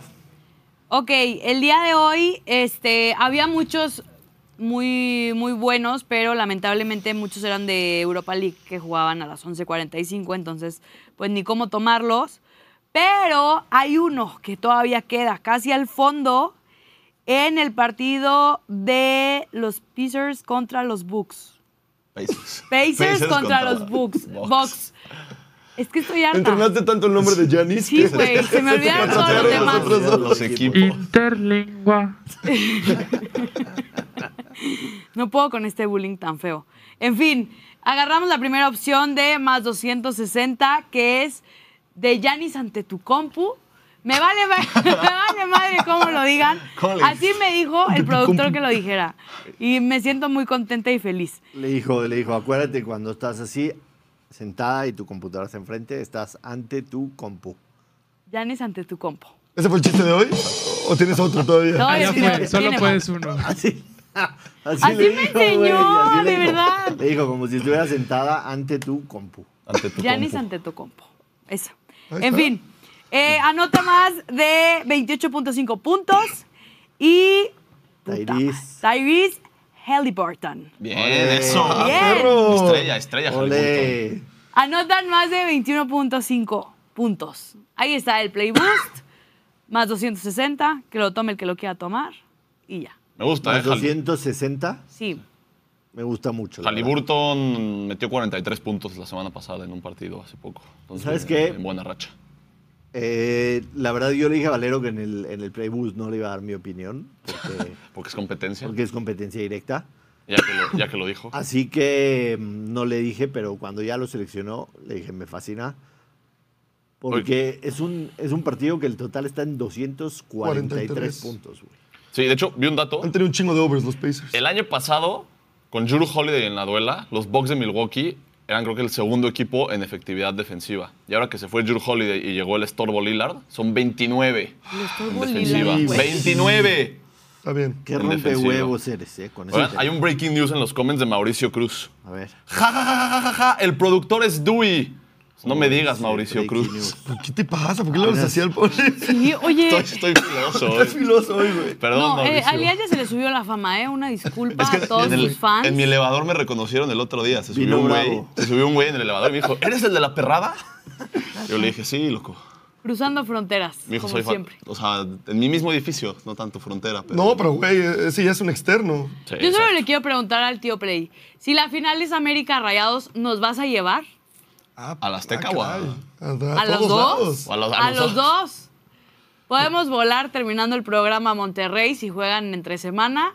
[SPEAKER 3] Ok, el día de hoy este, había muchos muy, muy buenos, pero lamentablemente muchos eran de Europa League que jugaban a las 11.45, entonces pues ni cómo tomarlos. Pero hay uno que todavía queda casi al fondo en el partido de los Pacers contra los Bucks.
[SPEAKER 4] Pacers.
[SPEAKER 3] [LAUGHS] Pacers, contra, los Bucks.
[SPEAKER 4] Bucks.
[SPEAKER 3] Bucks. Es que estoy harta.
[SPEAKER 5] Entrenaste tanto el nombre de Janis
[SPEAKER 3] Sí, güey, [LAUGHS] se me olvidaron todos los
[SPEAKER 5] Pasaron
[SPEAKER 3] demás.
[SPEAKER 5] nosotros dos.
[SPEAKER 4] Los equipos.
[SPEAKER 7] Interlingua.
[SPEAKER 3] No puedo con este bullying tan feo. En fin, agarramos la primera opción de más 260, que es de Yanis ante tu compu. Me vale, ma- [LAUGHS] me vale madre cómo lo digan.
[SPEAKER 4] ¿Cómo le
[SPEAKER 3] Así me dijo el productor que lo dijera. Y me siento muy contenta y feliz.
[SPEAKER 1] Le dijo, le dijo, acuérdate cuando estás así, sentada y tu computadora está enfrente, estás ante tu compu. [LAUGHS]
[SPEAKER 3] Yanis ante tu compo.
[SPEAKER 5] ¿Ese fue el chiste de hoy? ¿O tienes otro todavía?
[SPEAKER 3] No,
[SPEAKER 7] Ah, ya
[SPEAKER 3] es-
[SPEAKER 7] fue, solo
[SPEAKER 3] tiene-
[SPEAKER 7] puedes uno.
[SPEAKER 1] Así. Así,
[SPEAKER 3] Así
[SPEAKER 1] le
[SPEAKER 3] me
[SPEAKER 1] dijo, güey,
[SPEAKER 3] enseñó,
[SPEAKER 1] le
[SPEAKER 3] de
[SPEAKER 1] dijo.
[SPEAKER 3] verdad.
[SPEAKER 1] Le dijo como si estuviera sentada ante tu compu. Eh,
[SPEAKER 4] Ante tu
[SPEAKER 3] Yanis
[SPEAKER 4] compu.
[SPEAKER 3] ante tu compo. Eso.
[SPEAKER 5] Ahí
[SPEAKER 3] en
[SPEAKER 5] está.
[SPEAKER 3] fin, eh, anota más de 28.5 puntos y. puta
[SPEAKER 1] Tyrese.
[SPEAKER 3] madre, Tyrese Halliburton.
[SPEAKER 4] Bien,
[SPEAKER 1] Ole.
[SPEAKER 4] Eh, eso.
[SPEAKER 1] Ah,
[SPEAKER 3] Bien.
[SPEAKER 1] perro.
[SPEAKER 4] Estrella, estrella, Halliburton.
[SPEAKER 1] Ole.
[SPEAKER 3] Anotan más de 21.5 puntos. Ahí está el play
[SPEAKER 4] [COUGHS]
[SPEAKER 3] boost, más 260, que lo tome el que lo quiera tomar y ya.
[SPEAKER 4] Me gusta, ¿eh?
[SPEAKER 1] Más
[SPEAKER 4] Halli-
[SPEAKER 1] 260,
[SPEAKER 3] Sí.
[SPEAKER 1] me gusta mucho. la verdad.
[SPEAKER 4] Halliburton metió 43 puntos la semana pasada en un partido hace poco. Entonces,
[SPEAKER 1] ¿Sabes qué?
[SPEAKER 4] En buena racha.
[SPEAKER 1] Eh, la verdad, yo le dije a Valero que en el, en el Playboost no le iba a dar mi opinión,
[SPEAKER 4] [LAUGHS]
[SPEAKER 1] porque,
[SPEAKER 4] Porque es competencia.
[SPEAKER 1] porque Ah. es competencia directa.
[SPEAKER 4] Ya, que lo, ya que lo dijo.
[SPEAKER 1] Así que mm, no le dije, pero cuando ya lo seleccionó, le dije, me fascina. Porque es un, es un partido que el total está en 243
[SPEAKER 5] 43.
[SPEAKER 1] puntos, güey.
[SPEAKER 4] Sí, de hecho, vi un dato.
[SPEAKER 5] Han tenido un chingo de overs los Pacers.
[SPEAKER 4] El año pasado, con Juru Holiday en la duela, los Bucks de Milwaukee eran creo que el segundo equipo en efectividad defensiva. Y ahora que se fue Juru Holiday y llegó el estorbo Lillard, son 29
[SPEAKER 3] Lo estoy
[SPEAKER 4] en
[SPEAKER 3] volviendo
[SPEAKER 4] defensiva.
[SPEAKER 3] loco, güey.
[SPEAKER 4] 29.
[SPEAKER 5] Está bien.
[SPEAKER 1] Qué
[SPEAKER 4] En
[SPEAKER 1] rompehuevos eres, eh, con
[SPEAKER 4] Oigan,
[SPEAKER 1] ese
[SPEAKER 4] hay
[SPEAKER 1] tema.
[SPEAKER 4] un breaking news en los comments de Mauricio Cruz.
[SPEAKER 1] A ver.
[SPEAKER 4] Ja, ja, ja, ja, ja, ja, el productor es Dewey. No me digas,
[SPEAKER 1] Sí,
[SPEAKER 4] Mauricio
[SPEAKER 1] breaking
[SPEAKER 4] Cruz.
[SPEAKER 1] news.
[SPEAKER 5] ¿Por ¿Qué te pasa? ¿Por qué le hablas así al pobre?
[SPEAKER 4] [LAUGHS]
[SPEAKER 3] Sí, oye.
[SPEAKER 4] Estoy, [LAUGHS]
[SPEAKER 1] [LAUGHS]
[SPEAKER 4] estoy filoso
[SPEAKER 5] Estás
[SPEAKER 4] hoy.
[SPEAKER 5] filoso hoy, güey.
[SPEAKER 4] Perdón,
[SPEAKER 3] No, eh,
[SPEAKER 4] Mauricio.
[SPEAKER 3] a Elías ya se le subió la fama, ¿eh? Una disculpa
[SPEAKER 4] Es que
[SPEAKER 3] a todos
[SPEAKER 4] en, el-
[SPEAKER 3] sus fans.
[SPEAKER 4] en mi elevador me reconocieron el otro día. Se
[SPEAKER 1] Vino
[SPEAKER 4] subió un güey.
[SPEAKER 1] bravo.
[SPEAKER 4] Se subió un güey en el elevador y me dijo, ¿eres el de
[SPEAKER 2] [LAUGHS]
[SPEAKER 4] la perrada? Yo le dije, sí, loco.
[SPEAKER 3] Cruzando fronteras,
[SPEAKER 4] Me dijo,
[SPEAKER 3] como
[SPEAKER 4] soy fan".
[SPEAKER 3] siempre.
[SPEAKER 4] O sea, en mi mismo edificio, no tanto frontera. Pero,
[SPEAKER 5] No, pero güey, ese ya es un externo.
[SPEAKER 4] Sí,
[SPEAKER 3] Yo solo
[SPEAKER 4] exacto.
[SPEAKER 3] le quiero preguntar al tío Play, si la final es América Rayados, ¿nos vas a llevar?
[SPEAKER 5] Ah,
[SPEAKER 4] ¿Al Azteca o a-
[SPEAKER 5] caray. a,
[SPEAKER 3] ¿A los dos?
[SPEAKER 5] todos lados.
[SPEAKER 4] A los- a los dos.
[SPEAKER 3] dos. Podemos volar terminando el programa a Monterrey si juegan entre semana.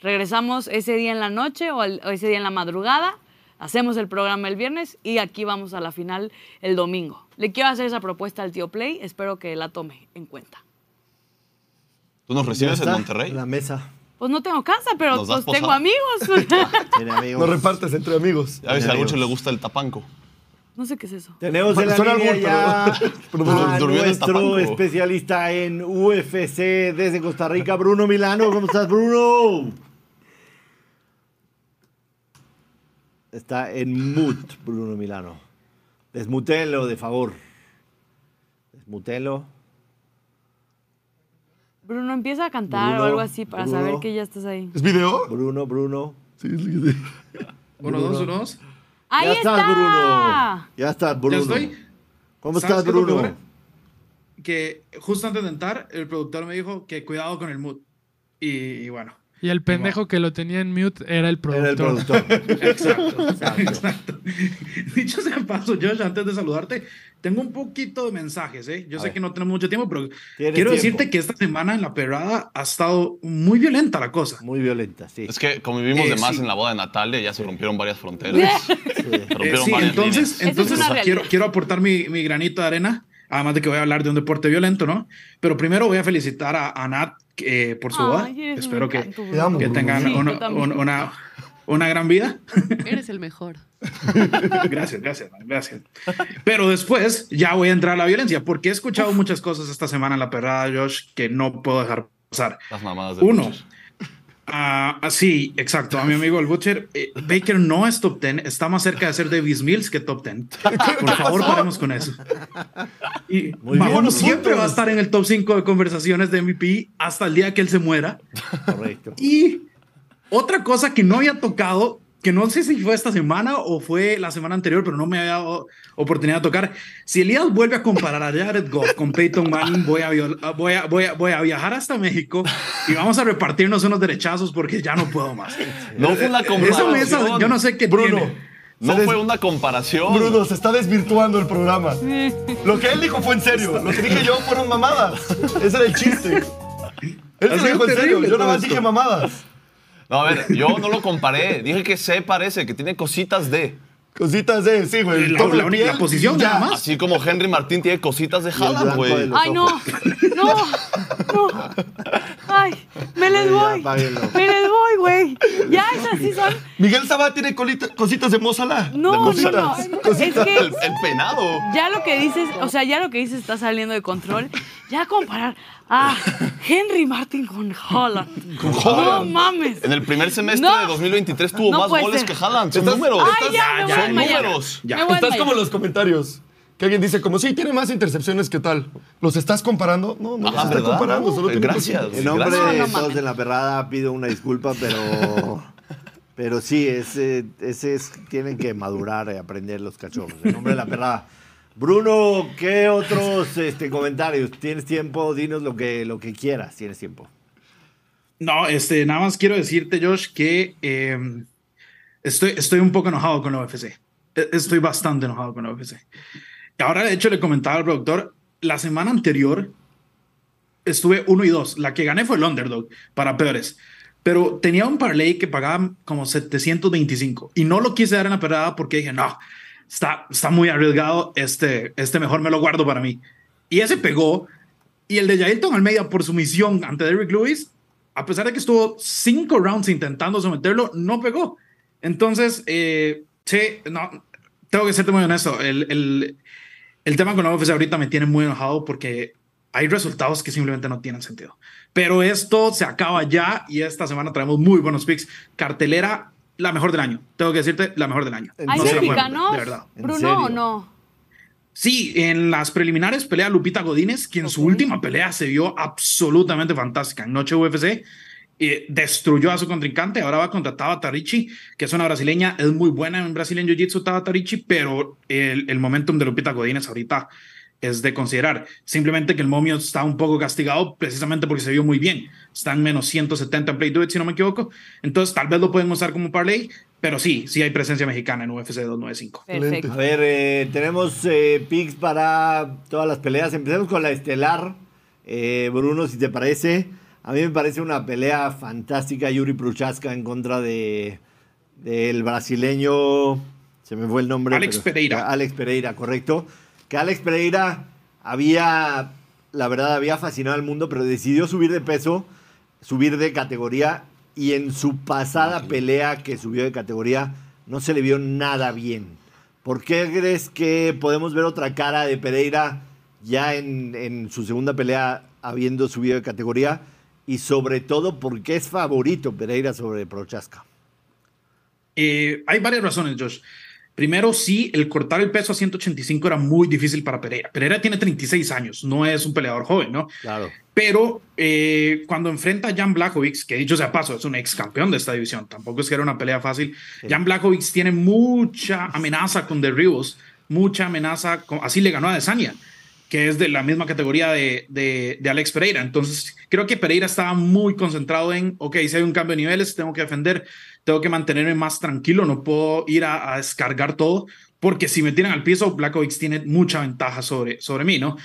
[SPEAKER 3] Regresamos ese día en la noche o, al- o ese día en la madrugada. Hacemos el programa el viernes y aquí vamos a la final el domingo. Le quiero hacer esa propuesta al tío Play, espero que la tome en cuenta.
[SPEAKER 4] ¿Tú nos
[SPEAKER 1] Ya
[SPEAKER 4] recibes en
[SPEAKER 1] está,
[SPEAKER 4] Monterrey?
[SPEAKER 1] La
[SPEAKER 4] [LAUGHS]
[SPEAKER 1] mesa.
[SPEAKER 3] Pues no tengo casa, pero
[SPEAKER 4] ¿Nos das
[SPEAKER 3] pues tengo
[SPEAKER 4] posada?
[SPEAKER 3] amigos.
[SPEAKER 4] [LAUGHS]
[SPEAKER 3] [LAUGHS]
[SPEAKER 1] Mira, amigos.
[SPEAKER 5] Nos repartes entre amigos.
[SPEAKER 4] Ya ves, a
[SPEAKER 1] Amigos.
[SPEAKER 4] mucho le gusta el tapanco.
[SPEAKER 3] no sé qué es eso.
[SPEAKER 1] Tenemos
[SPEAKER 5] Bueno,
[SPEAKER 1] en la
[SPEAKER 5] suena
[SPEAKER 1] línea
[SPEAKER 5] algún,
[SPEAKER 1] ya
[SPEAKER 5] pero- pero pues,
[SPEAKER 1] a
[SPEAKER 4] durmió en el
[SPEAKER 1] nuestro
[SPEAKER 4] tapanco.
[SPEAKER 1] especialista en UFC desde Costa Rica, Bruno Milano. ¿Cómo estás, Bruno? Está en mute, Bruno Milano. Desmutelo, de favor. Desmutelo.
[SPEAKER 3] Bruno empieza a cantar
[SPEAKER 1] Bruno,
[SPEAKER 3] o algo así para
[SPEAKER 1] Bruno.
[SPEAKER 3] saber que ya estás ahí.
[SPEAKER 5] ¿Es video?
[SPEAKER 1] Bruno, Bruno.
[SPEAKER 5] Sí, sí, sí.
[SPEAKER 2] Uno, dos, uno, dos.
[SPEAKER 3] ¡Ahí
[SPEAKER 1] ya
[SPEAKER 3] está!
[SPEAKER 1] estás, Bruno. Ya estás, Bruno.
[SPEAKER 2] Ya estoy.
[SPEAKER 1] ¿Cómo
[SPEAKER 2] ¿Sabes
[SPEAKER 1] estás,
[SPEAKER 2] qué es lo peor?
[SPEAKER 1] Bruno?
[SPEAKER 2] Que justo antes de entrar, el productor me dijo que cuidado con el mood. Y, y bueno,
[SPEAKER 7] Y el pendejo que lo tenía en mute era el productor.
[SPEAKER 1] Era el productor.
[SPEAKER 2] [LAUGHS] exacto. exacto. [LAUGHS] Dicho sea de paso, Josh, antes de saludarte, tengo un poquito de mensajes, ¿eh? Yo
[SPEAKER 1] A
[SPEAKER 2] sé
[SPEAKER 1] ver.
[SPEAKER 2] que no tenemos mucho tiempo, pero
[SPEAKER 1] Tienes
[SPEAKER 2] quiero decirte
[SPEAKER 1] tiempo.
[SPEAKER 2] que esta semana en la perrada ha estado muy violenta la cosa.
[SPEAKER 1] Muy violenta, sí.
[SPEAKER 4] Es que convivimos
[SPEAKER 2] Eh,
[SPEAKER 4] de más
[SPEAKER 2] sí.
[SPEAKER 4] en la boda de Natalia, ya se rompieron
[SPEAKER 3] [LAUGHS]
[SPEAKER 4] varias fronteras.
[SPEAKER 1] Sí.
[SPEAKER 4] Se
[SPEAKER 2] Eh,
[SPEAKER 4] rompieron
[SPEAKER 2] sí,
[SPEAKER 4] varias
[SPEAKER 2] entonces,
[SPEAKER 4] líneas.
[SPEAKER 3] es
[SPEAKER 2] entonces
[SPEAKER 3] una realidad.
[SPEAKER 2] quiero, quiero aportar mi, mi granito de arena, además de que voy a hablar de un deporte violento, ¿no? Pero primero voy a felicitar a, a Nat eh, por su boda.
[SPEAKER 3] Ay, eres un
[SPEAKER 2] Espero que,
[SPEAKER 3] encanto,
[SPEAKER 5] que
[SPEAKER 3] Bruno.
[SPEAKER 2] que
[SPEAKER 5] Bruno.
[SPEAKER 2] tengan
[SPEAKER 3] Sí,
[SPEAKER 2] una,
[SPEAKER 3] tú también.
[SPEAKER 2] un- una, una gran vida.
[SPEAKER 8] Eres el mejor.
[SPEAKER 2] [LAUGHS] Gracias, gracias, Nat, gracias. Pero después ya voy a entrar a la violencia, porque he escuchado muchas cosas esta semana en la perrada, Josh, que no puedo dejar pasar.
[SPEAKER 4] Las mamadas de
[SPEAKER 2] Uno.
[SPEAKER 4] muchos.
[SPEAKER 2] Ah, ah, sí, exacto. A mi amigo el Butcher, eh, Baker no es top 10, está más cerca de ser Davis Mills que top 10. Por favor, paremos con eso. Y
[SPEAKER 1] Muy
[SPEAKER 2] Mahomes
[SPEAKER 1] bien.
[SPEAKER 2] siempre va a estar en el top 5 de conversaciones de MVP hasta el día que él se muera.
[SPEAKER 1] Correcto.
[SPEAKER 2] Y otra cosa que no había tocado, que no sé si fue esta semana o fue la semana anterior, pero no me había dado oportunidad de tocar. Si Elías vuelve a comparar a Jared Goff con Peyton Manning, voy a, viol- ah, voy a, voy a- voy a viajar hasta México y vamos a repartirnos unos derechazos porque ya no puedo más.
[SPEAKER 4] No fue una
[SPEAKER 2] Esa
[SPEAKER 4] comparación.
[SPEAKER 2] mesa, yo no sé qué
[SPEAKER 5] Bruno.
[SPEAKER 2] tiene.
[SPEAKER 4] No
[SPEAKER 5] Se
[SPEAKER 4] fue
[SPEAKER 5] des-
[SPEAKER 4] una comparación.
[SPEAKER 5] Bruno, se está desvirtuando el
[SPEAKER 3] [LAUGHS]
[SPEAKER 5] programa. Lo que él dijo fue en serio. Lo que dije yo fueron mamadas. Ese era el chiste.
[SPEAKER 3] [LAUGHS]
[SPEAKER 5] Él
[SPEAKER 2] Ha
[SPEAKER 5] se lo
[SPEAKER 2] sido
[SPEAKER 5] dijo en serio.
[SPEAKER 2] terrible
[SPEAKER 5] Yo nada más
[SPEAKER 2] todo
[SPEAKER 5] dije
[SPEAKER 2] esto.
[SPEAKER 5] mamadas.
[SPEAKER 4] No, a ver, yo no lo comparé. Dije que se parece, que tiene cositas de.
[SPEAKER 5] Cositas de, sí, güey.
[SPEAKER 2] La-
[SPEAKER 5] Toma
[SPEAKER 2] la única
[SPEAKER 5] piel
[SPEAKER 2] posición,
[SPEAKER 5] y ya.
[SPEAKER 2] nada más.
[SPEAKER 4] Así como Henry Martín tiene cositas de Haaland,
[SPEAKER 1] blanco de
[SPEAKER 4] güey.
[SPEAKER 1] los-
[SPEAKER 3] Ay, no, [LAUGHS] no, no. Ay, me les
[SPEAKER 1] Ya,
[SPEAKER 3] voy.
[SPEAKER 1] apáguenlo.
[SPEAKER 3] Me les voy, güey. Ya, esas sí son.
[SPEAKER 5] Miguel Sabá tiene colita- cositas de Mozala.
[SPEAKER 3] No, no, no.
[SPEAKER 5] Cositas,
[SPEAKER 3] Es
[SPEAKER 5] cositas.
[SPEAKER 3] que
[SPEAKER 4] El, el penado.
[SPEAKER 3] ya lo que dices, o sea, ya lo que dices está saliendo de control. Ya comparar a Henry Martin con Holland. No
[SPEAKER 4] Haaland.
[SPEAKER 3] mames.
[SPEAKER 4] En el primer semestre
[SPEAKER 3] No.
[SPEAKER 4] de 2023 tuvo
[SPEAKER 3] No
[SPEAKER 4] más
[SPEAKER 3] puede
[SPEAKER 4] goles
[SPEAKER 3] ser.
[SPEAKER 4] que Haaland. Son
[SPEAKER 5] Estás-
[SPEAKER 4] números.
[SPEAKER 3] Ay, ya, me voy a
[SPEAKER 4] Son
[SPEAKER 3] desmayar.
[SPEAKER 4] números.
[SPEAKER 3] Me voy a
[SPEAKER 5] Estás como
[SPEAKER 3] desmayar.
[SPEAKER 5] los comentarios. Que alguien dice, como sí, tiene más intercepciones que tal. ¿Los estás comparando? No, no
[SPEAKER 2] Ah,
[SPEAKER 4] Ajá,
[SPEAKER 5] los está
[SPEAKER 4] ¿verdad?
[SPEAKER 5] comparando.
[SPEAKER 4] No,
[SPEAKER 5] solo tiene
[SPEAKER 4] gracias.
[SPEAKER 5] cositas.
[SPEAKER 1] En nombre
[SPEAKER 4] Gracias.
[SPEAKER 1] de
[SPEAKER 3] Pues No, no
[SPEAKER 1] todos
[SPEAKER 3] mames.
[SPEAKER 1] en la perrada pido una disculpa,
[SPEAKER 3] [LAUGHS]
[SPEAKER 1] pero. Pero sí, ese, ese es- tienen que madurar y aprender los cachorros. En nombre de la perrada. Bruno, ¿qué otros este, comentarios? ¿Tienes tiempo? Dinos lo que, lo que quieras. Tienes tiempo.
[SPEAKER 2] No, este, nada más quiero decirte, Josh, que eh, estoy, estoy un poco enojado con la UFC. E- Estoy bastante enojado con la UFC. Y Ahora, de hecho, le comentaba al productor, la semana anterior estuve uno y dos. La que gané fue el underdog, para peores. Pero tenía un parlay que pagaba como 725 y no lo quise dar en la perrada porque dije, no, está, está muy arriesgado, este, este mejor me lo guardo para mí. Y ese pegó. Y el de Yaelton Almeida por sumisión ante Derrick Lewis, a pesar de que estuvo cinco rounds intentando someterlo, no pegó. Entonces, eh, sí, no, tengo que serte muy honesto. El, el, el tema con la UFC ahorita me tiene muy enojado porque hay resultados que simplemente no tienen sentido. Pero esto se acaba ya y esta semana traemos muy buenos picks. Cartelera, la mejor del año. Tengo que decirte, la mejor del año.
[SPEAKER 1] ¿Hay
[SPEAKER 3] ¿Hay
[SPEAKER 2] se la pueden
[SPEAKER 3] mexicanos?
[SPEAKER 2] perder, de verdad.
[SPEAKER 1] ¿En
[SPEAKER 3] Bruno,
[SPEAKER 1] serio?
[SPEAKER 3] ¿o no?
[SPEAKER 2] Sí, en las preliminares pelea Lupita Godínez, que en su última pelea se vio absolutamente fantástica. En Noche UFC eh, destruyó a su contrincante, ahora va contra Tava Tarichi, que es una brasileña, es muy buena en Brasil en Jiu-Jitsu Tava Tarichi, pero el, el momentum de Lupita Godínez ahorita es de considerar. Simplemente que el momio está un poco castigado precisamente porque se vio muy bien. Está en menos 170 en Play Do It, si no me equivoco. Entonces tal vez lo pueden usar como parlay, pero sí, sí hay presencia mexicana en UFC 295.
[SPEAKER 5] Excelente.
[SPEAKER 1] A
[SPEAKER 3] Perfecto.
[SPEAKER 1] ver, eh, tenemos eh, picks para todas las peleas. Empecemos con la estelar. Eh, Bruno, si te parece. A mí me parece una pelea fantástica. Yuri Prochaska en contra de del brasileño. Se me fue el nombre.
[SPEAKER 2] Alex Pereira.
[SPEAKER 1] Alex Pereira, correcto. Que Alex Pereira había, la verdad, había fascinado al mundo, pero decidió subir de peso, subir de categoría. Y en su pasada pelea que subió de categoría, no se le vio nada bien. ¿Por qué crees que podemos ver otra cara de Pereira ya en, en su segunda pelea habiendo subido de categoría? Y sobre todo, ¿por qué es favorito Pereira sobre Prochaska?
[SPEAKER 2] Eh, hay varias razones, Josh. Primero, sí, el cortar el peso a 185 era muy difícil para Pereira. Pereira tiene 36 años, no es un peleador joven, ¿no?
[SPEAKER 1] Claro.
[SPEAKER 2] Pero eh, cuando enfrenta a Jan Blachowicz, que dicho sea paso, es un ex campeón de esta división, tampoco es que era una pelea fácil. Jan Blachowicz tiene mucha amenaza con derribos, mucha amenaza, con- así le ganó a Desania, que es de la misma categoría de, de- de Alex Pereira. Entonces, creo que Pereira estaba muy concentrado en, ok, si hay un cambio de niveles, tengo que defender, tengo que mantenerme más tranquilo, no puedo ir a, a descargar todo, porque si me tiran al piso, Blachowicz tiene mucha ventaja sobre, sobre mí, ¿no?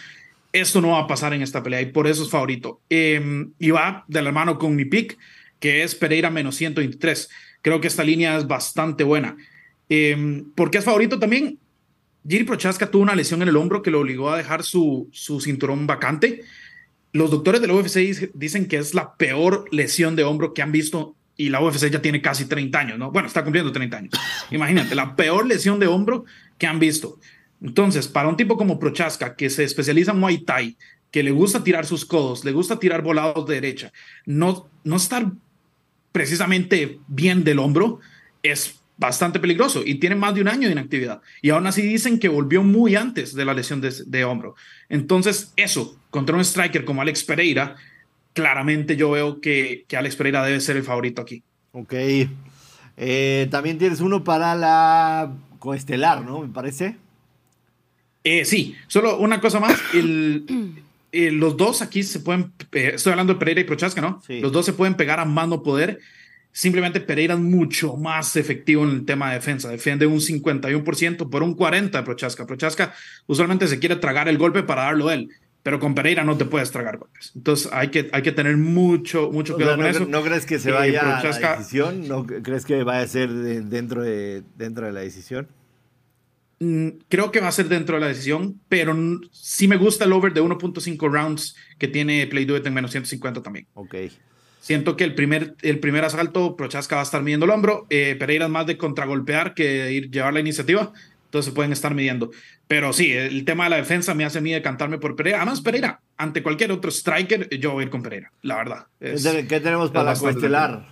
[SPEAKER 2] esto no va a pasar en esta pelea y por eso es favorito. Eh, y va de la mano con mi pick, que es Pereira menos 123. Creo que esta línea es bastante buena. Eh, ¿Por qué es favorito también? Giri Prochaska tuvo una lesión en el hombro que lo obligó a dejar su, su cinturón vacante. Los doctores de la UFC dice- dicen que es la peor lesión de hombro que han visto y la UFC ya tiene casi 30 años, ¿no? Bueno, está cumpliendo 30 años. Imagínate, la peor lesión de hombro que han visto. Entonces, para un tipo como Prochaska, que se especializa en Muay Thai, que le gusta tirar sus codos, le gusta tirar volados de derecha, no, no estar precisamente bien del hombro es bastante peligroso y tiene más de un año de inactividad. Y aún así dicen que volvió muy antes de la lesión de, de hombro. Entonces, eso, contra un striker como Alex Pereira, claramente yo veo que, que Alex Pereira debe ser el favorito aquí.
[SPEAKER 1] Ok. Eh, también tienes uno para la coestelar, ¿no? Me parece.
[SPEAKER 2] Eh, sí, solo una cosa más. El, eh, los dos aquí se pueden. eh, estoy hablando de Pereira y Prochaska, ¿no?
[SPEAKER 1] Sí.
[SPEAKER 2] Los dos se pueden pegar a mano poder. Simplemente Pereira es mucho más efectivo en el tema de defensa. Defiende un 51% por un 40% de Prochaska. Prochaska usualmente se quiere tragar el golpe para darlo él, pero con Pereira no te puedes tragar golpes. Entonces hay que, hay que tener mucho, mucho
[SPEAKER 1] O
[SPEAKER 2] cuidado
[SPEAKER 1] sea, no,
[SPEAKER 2] con eso.
[SPEAKER 1] cre- no crees que se
[SPEAKER 2] Eh,
[SPEAKER 1] vaya a
[SPEAKER 2] Prochaska-
[SPEAKER 1] la decisión? ¿No cre- crees que vaya a ser de- dentro, de, dentro de la decisión?
[SPEAKER 2] Mm, Creo que va a ser dentro de la decisión, pero n- sí me gusta el over de 1.5 rounds que tiene Play Do It en menos 150 también.
[SPEAKER 1] Ok.
[SPEAKER 2] Siento que el primer, el primer asalto, Prochaska va a estar midiendo el hombro. eh, Pereira es más de contragolpear que de ir, llevar la iniciativa. Entonces se pueden estar midiendo. Pero sí, el tema de la defensa me hace a mí decantarme por Pereira. Además, Pereira, ante cualquier otro striker, yo voy a ir con Pereira, la verdad.
[SPEAKER 1] ¿Qué,
[SPEAKER 2] Es-
[SPEAKER 1] te- qué tenemos para la
[SPEAKER 2] bastante
[SPEAKER 1] coestelar?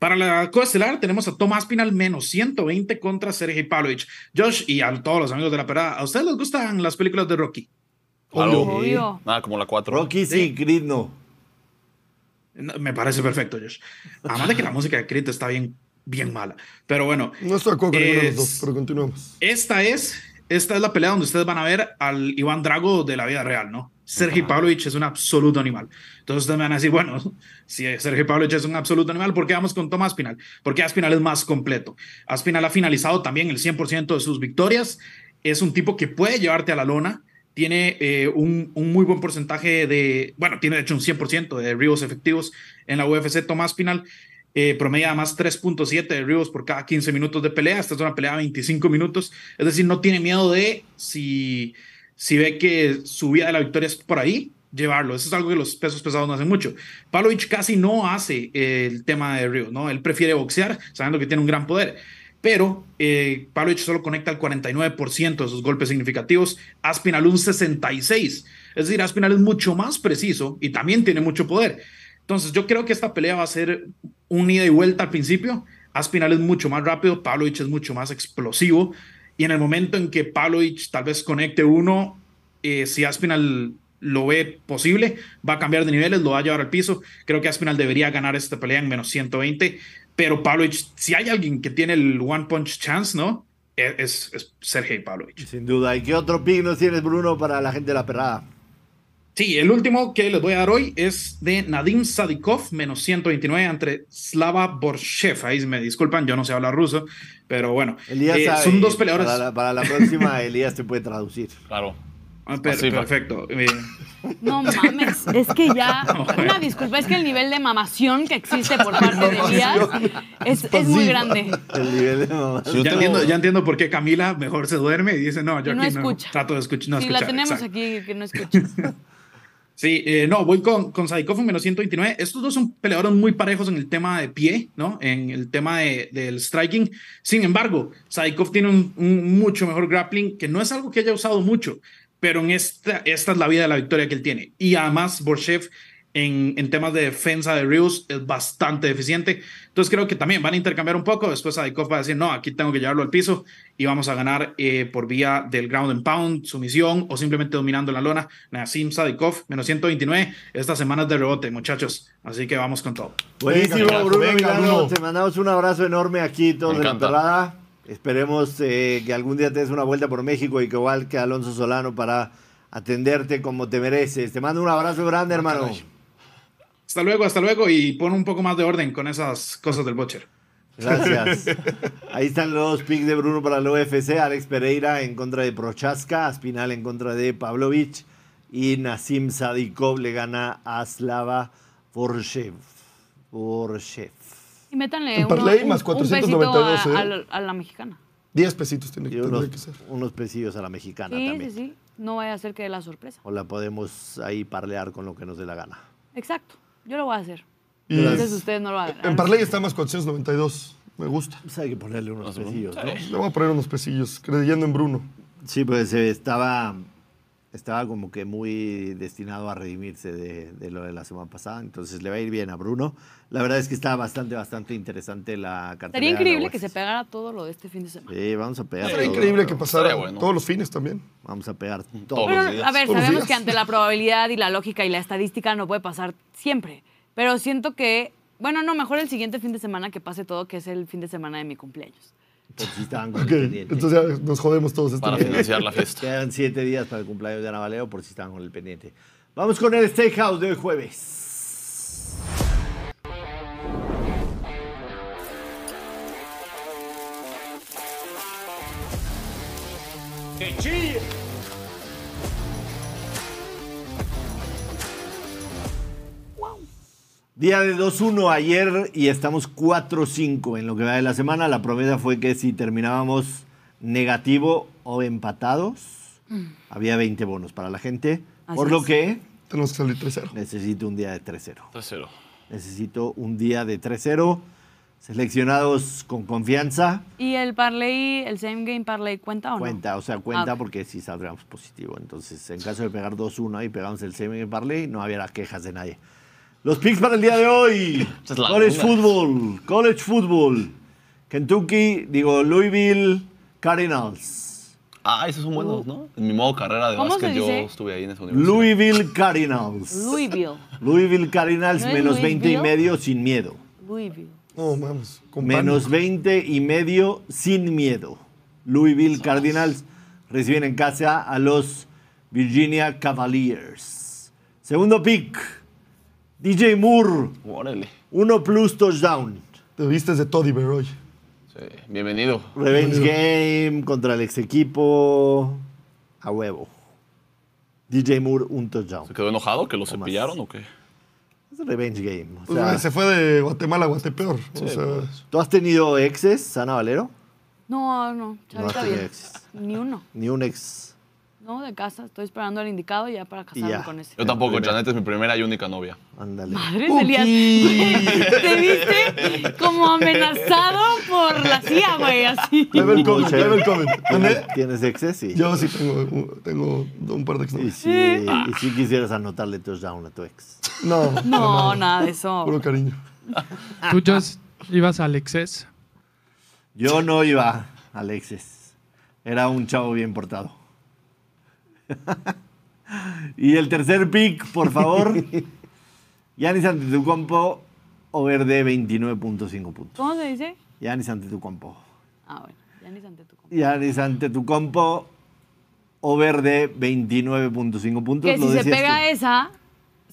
[SPEAKER 2] Para la coestelar tenemos a Tomás Pinal menos 120 contra Sergei Pavlovich. Josh y a todos los amigos de la perada, ¿a ustedes les gustan las películas de Rocky?
[SPEAKER 4] Claro.
[SPEAKER 3] Obvio.
[SPEAKER 4] Nada, Ah, como la 4.
[SPEAKER 1] Rocky sí, Creed no.
[SPEAKER 2] No, Me parece perfecto, Josh. Además de que la música de Creed está bien, bien mala. Pero bueno,
[SPEAKER 5] No estoy de acuerdo con ninguno de
[SPEAKER 2] Es-
[SPEAKER 5] los dos, pero continuemos.
[SPEAKER 2] esta es, esta es la pelea donde ustedes van a ver al Iván Drago de la vida real, ¿no? Sergei Pavlovich es un absoluto animal. Entonces ustedes me van a decir, bueno, [LAUGHS] si Sergei Pavlovich es un absoluto animal, ¿por qué vamos con Tomás Aspinal? Porque Aspinal es más completo. Aspinal ha finalizado también el 100% de sus victorias. Es un tipo que puede llevarte a la lona. Tiene eh, un, un muy buen porcentaje de, bueno, tiene de hecho un 100% de derribos efectivos en la UFC. Tomás Aspinal eh, promedia además 3.7 derribos por cada 15 minutos de pelea. Esta es una pelea de 25 minutos. Es decir, no tiene miedo de si, si ve que su vía de la victoria es por ahí, llevarlo. Eso es algo que los pesos pesados no hacen mucho. Pavlovich casi no hace eh, el tema de derribos, ¿no? Él prefiere boxear sabiendo que tiene un gran poder. Pero eh, Pavlovich solo conecta el 49% de sus golpes significativos, Aspinal un 66%. Es decir, Aspinal es mucho más preciso y también tiene mucho poder. Entonces, yo creo que esta pelea va a ser un ida y vuelta al principio. Aspinal es mucho más rápido, Pavlovich es mucho más explosivo. Y en el momento en que Pavlovich tal vez conecte uno, eh, si Aspinal lo ve posible, va a cambiar de niveles, lo va a llevar al piso. Creo que Aspinal debería ganar esta pelea en menos 120. Pero Pavlovich, si hay alguien que tiene el One Punch Chance, ¿no? E- Es, es Sergei Pavlovich.
[SPEAKER 1] Sin duda. ¿Y qué otro pick nos tienes, Bruno, para la gente de la perrada?
[SPEAKER 2] Sí, el último que les voy a dar hoy es de Nadim Sadikov, menos 129, entre Slava Borshev. Ahí me disculpan, yo no sé hablar ruso, pero bueno.
[SPEAKER 1] Elías
[SPEAKER 2] Eh,
[SPEAKER 1] sabe,
[SPEAKER 2] son dos peleadores.
[SPEAKER 1] Para la, para la
[SPEAKER 2] [LAUGHS]
[SPEAKER 1] próxima, Elías te puede traducir.
[SPEAKER 4] Claro.
[SPEAKER 2] Ah, per-
[SPEAKER 4] Así va.
[SPEAKER 2] perfecto. Eh,
[SPEAKER 3] No mames, es que ya.
[SPEAKER 2] No, bueno.
[SPEAKER 3] Una disculpa, es que el nivel de mamación que existe por parte de Elías es, es muy grande.
[SPEAKER 1] El nivel de mamá.
[SPEAKER 4] Si yo
[SPEAKER 2] ya,
[SPEAKER 4] tengo-
[SPEAKER 2] entiendo, ya entiendo por qué Camila mejor se duerme y dice, no, yo
[SPEAKER 3] No
[SPEAKER 2] aquí no
[SPEAKER 3] escucha.
[SPEAKER 2] trato de escuch- no
[SPEAKER 3] si
[SPEAKER 2] escuchar.
[SPEAKER 3] la tenemos
[SPEAKER 2] exacto.
[SPEAKER 3] aquí, que no escucha.
[SPEAKER 2] Sí, eh, no, voy con, con Sadikov en menos 129. Estos dos son peleadores muy parejos en el tema de pie, ¿no? En el tema de- del striking. Sin embargo, Sadikov tiene un, un mucho mejor grappling, que no es algo que haya usado mucho, pero en esta, esta es la vida de la victoria que él tiene. Y además, Borshev en, en temas de defensa de Rios es bastante deficiente. Entonces creo que también van a intercambiar un poco. Después Sadikov va a decir, no, aquí tengo que llevarlo al piso y vamos a ganar eh, por vía del ground and pound, sumisión o simplemente dominando la lona. Nassim Sadikov, menos 129. Estas semanas de rebote, muchachos. Así que vamos con todo.
[SPEAKER 1] Buenísimo,
[SPEAKER 5] Venga,
[SPEAKER 1] Bruno
[SPEAKER 5] venga,
[SPEAKER 1] Milano.
[SPEAKER 5] Bruno.
[SPEAKER 1] Te mandamos un abrazo enorme aquí, todos
[SPEAKER 4] Me
[SPEAKER 1] de la
[SPEAKER 4] encanta.
[SPEAKER 1] perrada. Esperemos eh, que algún día te des una vuelta por México y que igual que Alonso Solano para atenderte como te mereces. Te mando un abrazo grande, hermano.
[SPEAKER 2] Hasta luego, hasta luego y pon un poco más de orden con esas cosas del Butcher.
[SPEAKER 1] Gracias.
[SPEAKER 5] [LAUGHS]
[SPEAKER 1] Ahí están los picks de Bruno para la UFC. Alex Pereira en contra de Prochaska. Aspinal en contra de Pavlovich. Y Nassim Sadikov le gana a Slava Borshev. Borshev.
[SPEAKER 3] Y métanle
[SPEAKER 5] En
[SPEAKER 3] uno-
[SPEAKER 5] parlay
[SPEAKER 3] un,
[SPEAKER 5] más
[SPEAKER 3] un
[SPEAKER 5] 492,
[SPEAKER 3] pesito a,
[SPEAKER 5] ¿eh?
[SPEAKER 3] a la- a la mexicana.
[SPEAKER 5] 10 pesitos tiene,
[SPEAKER 1] Y
[SPEAKER 5] tendría
[SPEAKER 1] unos,
[SPEAKER 5] que ser.
[SPEAKER 1] unos pesillos a la mexicana
[SPEAKER 3] Sí,
[SPEAKER 1] Ah, también.
[SPEAKER 3] sí, sí. No vaya a ser que dé la sorpresa.
[SPEAKER 1] O la podemos ahí parlear con lo que nos dé la gana.
[SPEAKER 3] Exacto. Yo lo voy a hacer.
[SPEAKER 5] Y
[SPEAKER 3] Entonces ustedes no lo hagan.
[SPEAKER 5] en Parley está más 492. Me gusta.
[SPEAKER 1] Pues hay que ponerle unos pesillos, ¿no?
[SPEAKER 5] Le voy a poner unos pesillos, creyendo en Bruno.
[SPEAKER 1] Sí, pues eh, estaba, estaba como que muy destinado a redimirse de, de lo de la semana pasada, entonces le va a ir bien a Bruno. La verdad es que está bastante, bastante interesante la cartelera.
[SPEAKER 3] Sería
[SPEAKER 1] de la
[SPEAKER 3] increíble que
[SPEAKER 1] UFC.
[SPEAKER 3] se pegara todo lo de este fin de semana.
[SPEAKER 1] Sí, vamos a pegar.
[SPEAKER 5] Sería
[SPEAKER 1] todo,
[SPEAKER 5] increíble que
[SPEAKER 1] bro.
[SPEAKER 5] pasara
[SPEAKER 4] Estaría bueno.
[SPEAKER 5] todos los fines también.
[SPEAKER 1] Vamos a pegar todo.
[SPEAKER 4] Todos
[SPEAKER 3] Pero,
[SPEAKER 4] los días.
[SPEAKER 3] a ver,
[SPEAKER 5] Todos los
[SPEAKER 3] sabemos
[SPEAKER 5] días.
[SPEAKER 3] que ante la probabilidad y la lógica y la estadística no puede pasar siempre. Pero siento que, bueno, no, mejor el siguiente fin de semana que pase todo, que es el fin de semana de mi cumpleaños.
[SPEAKER 1] Pues sí estaban con
[SPEAKER 5] Ok,
[SPEAKER 1] el pendiente.
[SPEAKER 5] Eh, entonces ya nos jodemos todos este
[SPEAKER 4] Para
[SPEAKER 5] día.
[SPEAKER 4] financiar la fiesta.
[SPEAKER 1] Quedan siete días para el cumpleaños de Ana Valero, por si estaban con el pendiente. Vamos con el Steakhouse del jueves. Día de 2-1 ayer y estamos 4-5 en lo que va de la semana. La promesa fue que si terminábamos negativo o empatados, había 20 bonos para la gente.
[SPEAKER 3] Mm. Así
[SPEAKER 1] por lo
[SPEAKER 3] es.
[SPEAKER 1] que
[SPEAKER 5] Tenemos que salir 3-0.
[SPEAKER 1] necesito un día de 3-0.
[SPEAKER 4] 3-0.
[SPEAKER 1] Necesito un día de 3-0. Seleccionados con confianza.
[SPEAKER 3] ¿Y el parlay, el same game parlay, cuenta o no? Ah,
[SPEAKER 1] Cuenta, o sea, cuenta
[SPEAKER 3] ok.
[SPEAKER 1] porque si saldríamos positivo. Entonces, en caso de pegar 2-1 y pegamos el semi en parlay, no había quejas de nadie. Los picks para el día de hoy.
[SPEAKER 4] [LAUGHS] Esa es la
[SPEAKER 1] college
[SPEAKER 4] duda.
[SPEAKER 1] Football. College Football. Kentucky, digo, Louisville, Cardinals.
[SPEAKER 4] Ah, esos son buenos, ¿no? En mi modo carrera de
[SPEAKER 3] Uh. ¿Cómo se
[SPEAKER 4] básquet yo
[SPEAKER 3] dice?
[SPEAKER 4] estuve ahí en esa universidad.
[SPEAKER 1] Louisville, Cardinals.
[SPEAKER 3] Louisville.
[SPEAKER 1] Louisville, Cardinals,
[SPEAKER 3] ¿No es
[SPEAKER 1] menos 20 y
[SPEAKER 3] Louisville?
[SPEAKER 1] medio sin miedo.
[SPEAKER 3] Louisville.
[SPEAKER 5] No, vamos. Con
[SPEAKER 1] Menos
[SPEAKER 5] pan.
[SPEAKER 1] 20 y medio sin miedo. Louisville Cardinals reciben en casa a los Virginia Cavaliers. Segundo pick, DJ Moore,
[SPEAKER 4] Órale.
[SPEAKER 1] 1 plus touchdown.
[SPEAKER 5] Te vistes de Toddy Bear hoy.
[SPEAKER 4] Sí, bienvenido.
[SPEAKER 1] Revenge game contra el ex equipo. A huevo. DJ Moore, un touchdown.
[SPEAKER 4] ¿Se quedó enojado que lo
[SPEAKER 1] Tomás.
[SPEAKER 4] cepillaron o qué?
[SPEAKER 1] Es revenge game. o
[SPEAKER 5] Pues,
[SPEAKER 1] sea,
[SPEAKER 5] güey, se fue de Guatemala a Guatepeor.
[SPEAKER 4] Sí,
[SPEAKER 5] o sea,
[SPEAKER 4] pues.
[SPEAKER 1] ¿Tú has tenido exes, Sana Valero?
[SPEAKER 3] No, no,
[SPEAKER 1] No has
[SPEAKER 3] Chavita
[SPEAKER 1] tenido
[SPEAKER 3] bien.
[SPEAKER 1] exes.
[SPEAKER 3] Ni uno.
[SPEAKER 1] Ni un ex.
[SPEAKER 3] No, de casa. Estoy esperando al indicado ya para casarme
[SPEAKER 1] ya.
[SPEAKER 3] con
[SPEAKER 4] [LAUGHS]
[SPEAKER 3] ese.
[SPEAKER 4] Yo tampoco, Janet es mi primera y única novia.
[SPEAKER 1] Ándale.
[SPEAKER 3] Madre de Elías.
[SPEAKER 1] [LAUGHS]
[SPEAKER 3] [LAUGHS] Te viste como amenazado por la CIA, güey, así.
[SPEAKER 5] Level comment,
[SPEAKER 1] Bullshit.
[SPEAKER 5] level comment.
[SPEAKER 1] ¿Tienes,
[SPEAKER 5] ¿Ande?
[SPEAKER 1] tienes exes? Sí.
[SPEAKER 5] Yo sí tengo, tengo un par de ex
[SPEAKER 1] Y
[SPEAKER 5] novias.
[SPEAKER 1] si, y si quisieras anotarle touchdown a tu ex.
[SPEAKER 5] No,
[SPEAKER 3] No, nada de eso.
[SPEAKER 5] puro cariño.
[SPEAKER 7] Tú, Jos, ibas al exceso.
[SPEAKER 1] Yo no iba al exes. Era un chavo bien portado. [LAUGHS] y el tercer pick, por favor. Yanis Antetokounmpo, over de 29.5 puntos.
[SPEAKER 3] ¿Cómo se dice?
[SPEAKER 1] Yanis Antetokounmpo.
[SPEAKER 3] Ah, bueno. Ya ni santé tu compa.
[SPEAKER 1] Yanis Antetokounmpo, over de 29.5 puntos.
[SPEAKER 3] Que
[SPEAKER 1] Lo
[SPEAKER 3] si se
[SPEAKER 1] decías
[SPEAKER 3] pega
[SPEAKER 1] tú.
[SPEAKER 3] esa,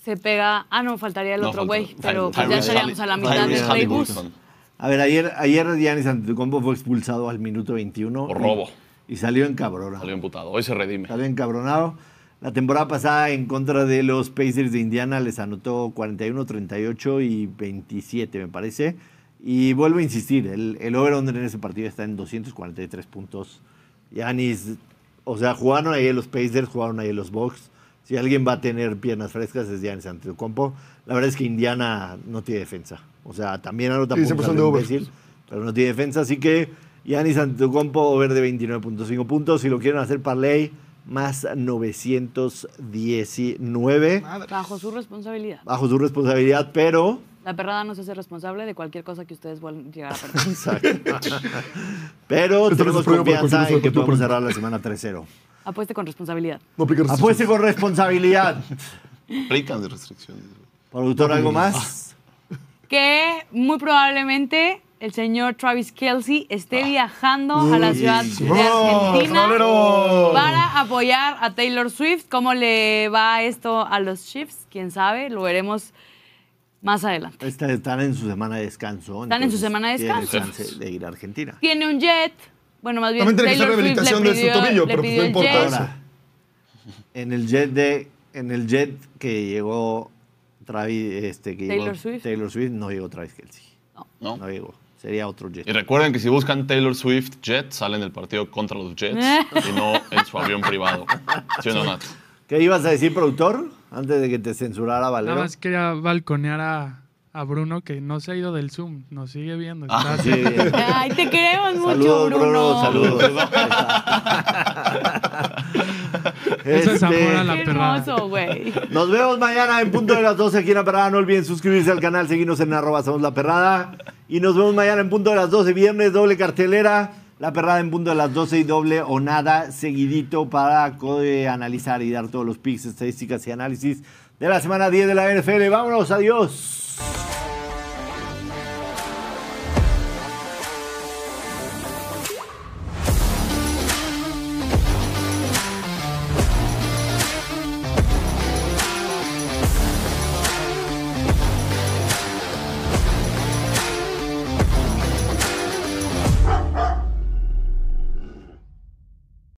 [SPEAKER 3] se pega. Ah, no, faltaría el
[SPEAKER 4] No,
[SPEAKER 3] otro
[SPEAKER 4] falta-
[SPEAKER 3] güey.
[SPEAKER 4] Ty-
[SPEAKER 3] Pero pues, ya
[SPEAKER 4] Tyrese
[SPEAKER 3] estaríamos
[SPEAKER 4] Halli-
[SPEAKER 3] a la mitad
[SPEAKER 4] Tyrese
[SPEAKER 3] del playbus.
[SPEAKER 4] Halliburton.
[SPEAKER 1] A ver, ayer, ayer Giannis Antetokounmpo fue expulsado al minuto 21.
[SPEAKER 4] Por robo.
[SPEAKER 1] Y, y salió encabronado.
[SPEAKER 4] Salió imputado. Hoy se redime.
[SPEAKER 1] Salió encabronado. La temporada pasada en contra de los Pacers de Indiana les anotó 41, 38 y 27, me parece. Y vuelvo a insistir, el, el over-under en ese partido está en 243 puntos. Yanis, o sea, jugaron ahí los Pacers, jugaron ahí los Bucks. Si alguien va a tener piernas frescas es Giannis Antetokounmpo. La verdad es que Indiana no tiene defensa. O sea, también anota
[SPEAKER 5] Sí, siempre
[SPEAKER 1] puntos
[SPEAKER 5] son
[SPEAKER 1] a lo
[SPEAKER 5] de over.
[SPEAKER 1] imbécil, pero no tiene defensa, así que Yanis Antetokounmpo over de 29.5 puntos. Si lo quieren hacer parlay, más 919.
[SPEAKER 3] Bajo su responsabilidad.
[SPEAKER 1] Bajo su responsabilidad, pero... [LAUGHS]
[SPEAKER 3] La perrada no se hace responsable de cualquier cosa que ustedes vuelvan a llegar a perder.
[SPEAKER 1] Pero
[SPEAKER 5] Esto no Este
[SPEAKER 1] tenemos
[SPEAKER 5] es un programa
[SPEAKER 1] confianza
[SPEAKER 5] para
[SPEAKER 1] en
[SPEAKER 5] cualquier
[SPEAKER 1] que
[SPEAKER 5] cosa,
[SPEAKER 1] podemos
[SPEAKER 5] cualquier
[SPEAKER 1] cerrar la semana 3-0.
[SPEAKER 5] Este
[SPEAKER 3] Apueste con responsabilidad.
[SPEAKER 5] No aplica restricciones.
[SPEAKER 1] Apueste con responsabilidad.
[SPEAKER 4] Aplican de restricciones. güey.
[SPEAKER 1] Productor, ¿algo más?
[SPEAKER 3] Que muy probablemente el señor Travis Kelsey
[SPEAKER 4] Ah.
[SPEAKER 3] esté viajando a la ciudad de
[SPEAKER 5] ¡Vamos,
[SPEAKER 3] Argentina
[SPEAKER 5] Valero!
[SPEAKER 3] para apoyar a Taylor Swift. ¿Cómo le va esto a los Chiefs? ¿Quién sabe? Lo veremos más adelante.
[SPEAKER 1] Esta- Están en su semana de descanso.
[SPEAKER 3] Están en su
[SPEAKER 1] entonces
[SPEAKER 3] semana de
[SPEAKER 1] tienen
[SPEAKER 3] descanso.
[SPEAKER 1] chance de ir a Argentina.
[SPEAKER 3] Tiene un jet. Bueno, más bien
[SPEAKER 5] También tiene que
[SPEAKER 3] Taylor
[SPEAKER 5] ser
[SPEAKER 3] Swift le
[SPEAKER 5] rehabilitación de su
[SPEAKER 3] pidió-
[SPEAKER 5] tobillo,
[SPEAKER 3] le
[SPEAKER 5] pero pues
[SPEAKER 3] pidió
[SPEAKER 5] no
[SPEAKER 3] el
[SPEAKER 5] importa
[SPEAKER 3] jet.
[SPEAKER 5] eso.
[SPEAKER 1] Ahora, en el jet de, en el jet que llegó Travis, este, que llegó
[SPEAKER 3] Taylor Swift.
[SPEAKER 1] Taylor Swift, no llegó Travis Kelsey.
[SPEAKER 4] ¿No?
[SPEAKER 1] No llegó. Sería otro
[SPEAKER 4] Y
[SPEAKER 1] jet.
[SPEAKER 4] recuerden que si buscan Taylor Swift Jet, salen del partido contra los Jets y no en su avión privado. ¿Sí o no, Nat?
[SPEAKER 1] ¿Qué ibas a decir, productor? Antes de que te censurara
[SPEAKER 7] Nada
[SPEAKER 1] Valero.
[SPEAKER 7] más quería balconear a, a Bruno, que no se ha ido del Zoom. Nos sigue viendo. Está
[SPEAKER 1] Ah, Sí, bien.
[SPEAKER 3] Ay, te queremos mucho,
[SPEAKER 1] Saludos,
[SPEAKER 3] Bruno.
[SPEAKER 1] Bruno. Saludos.
[SPEAKER 7] Eso es amor a
[SPEAKER 1] Este,
[SPEAKER 7] la
[SPEAKER 3] Qué
[SPEAKER 7] perrada.
[SPEAKER 3] hermoso, güey.
[SPEAKER 1] Nos vemos mañana en punto de las 12 aquí en La Perrada. No olviden suscribirse al canal, seguirnos en arroba somos La Perrada. Y nos vemos mañana en punto de las 12, viernes, doble cartelera. La Perrada en punto de las 12 y doble o nada seguidito para co- eh, analizar y dar todos los pics, estadísticas y análisis de la semana 10 de la NFL. Vámonos, adiós.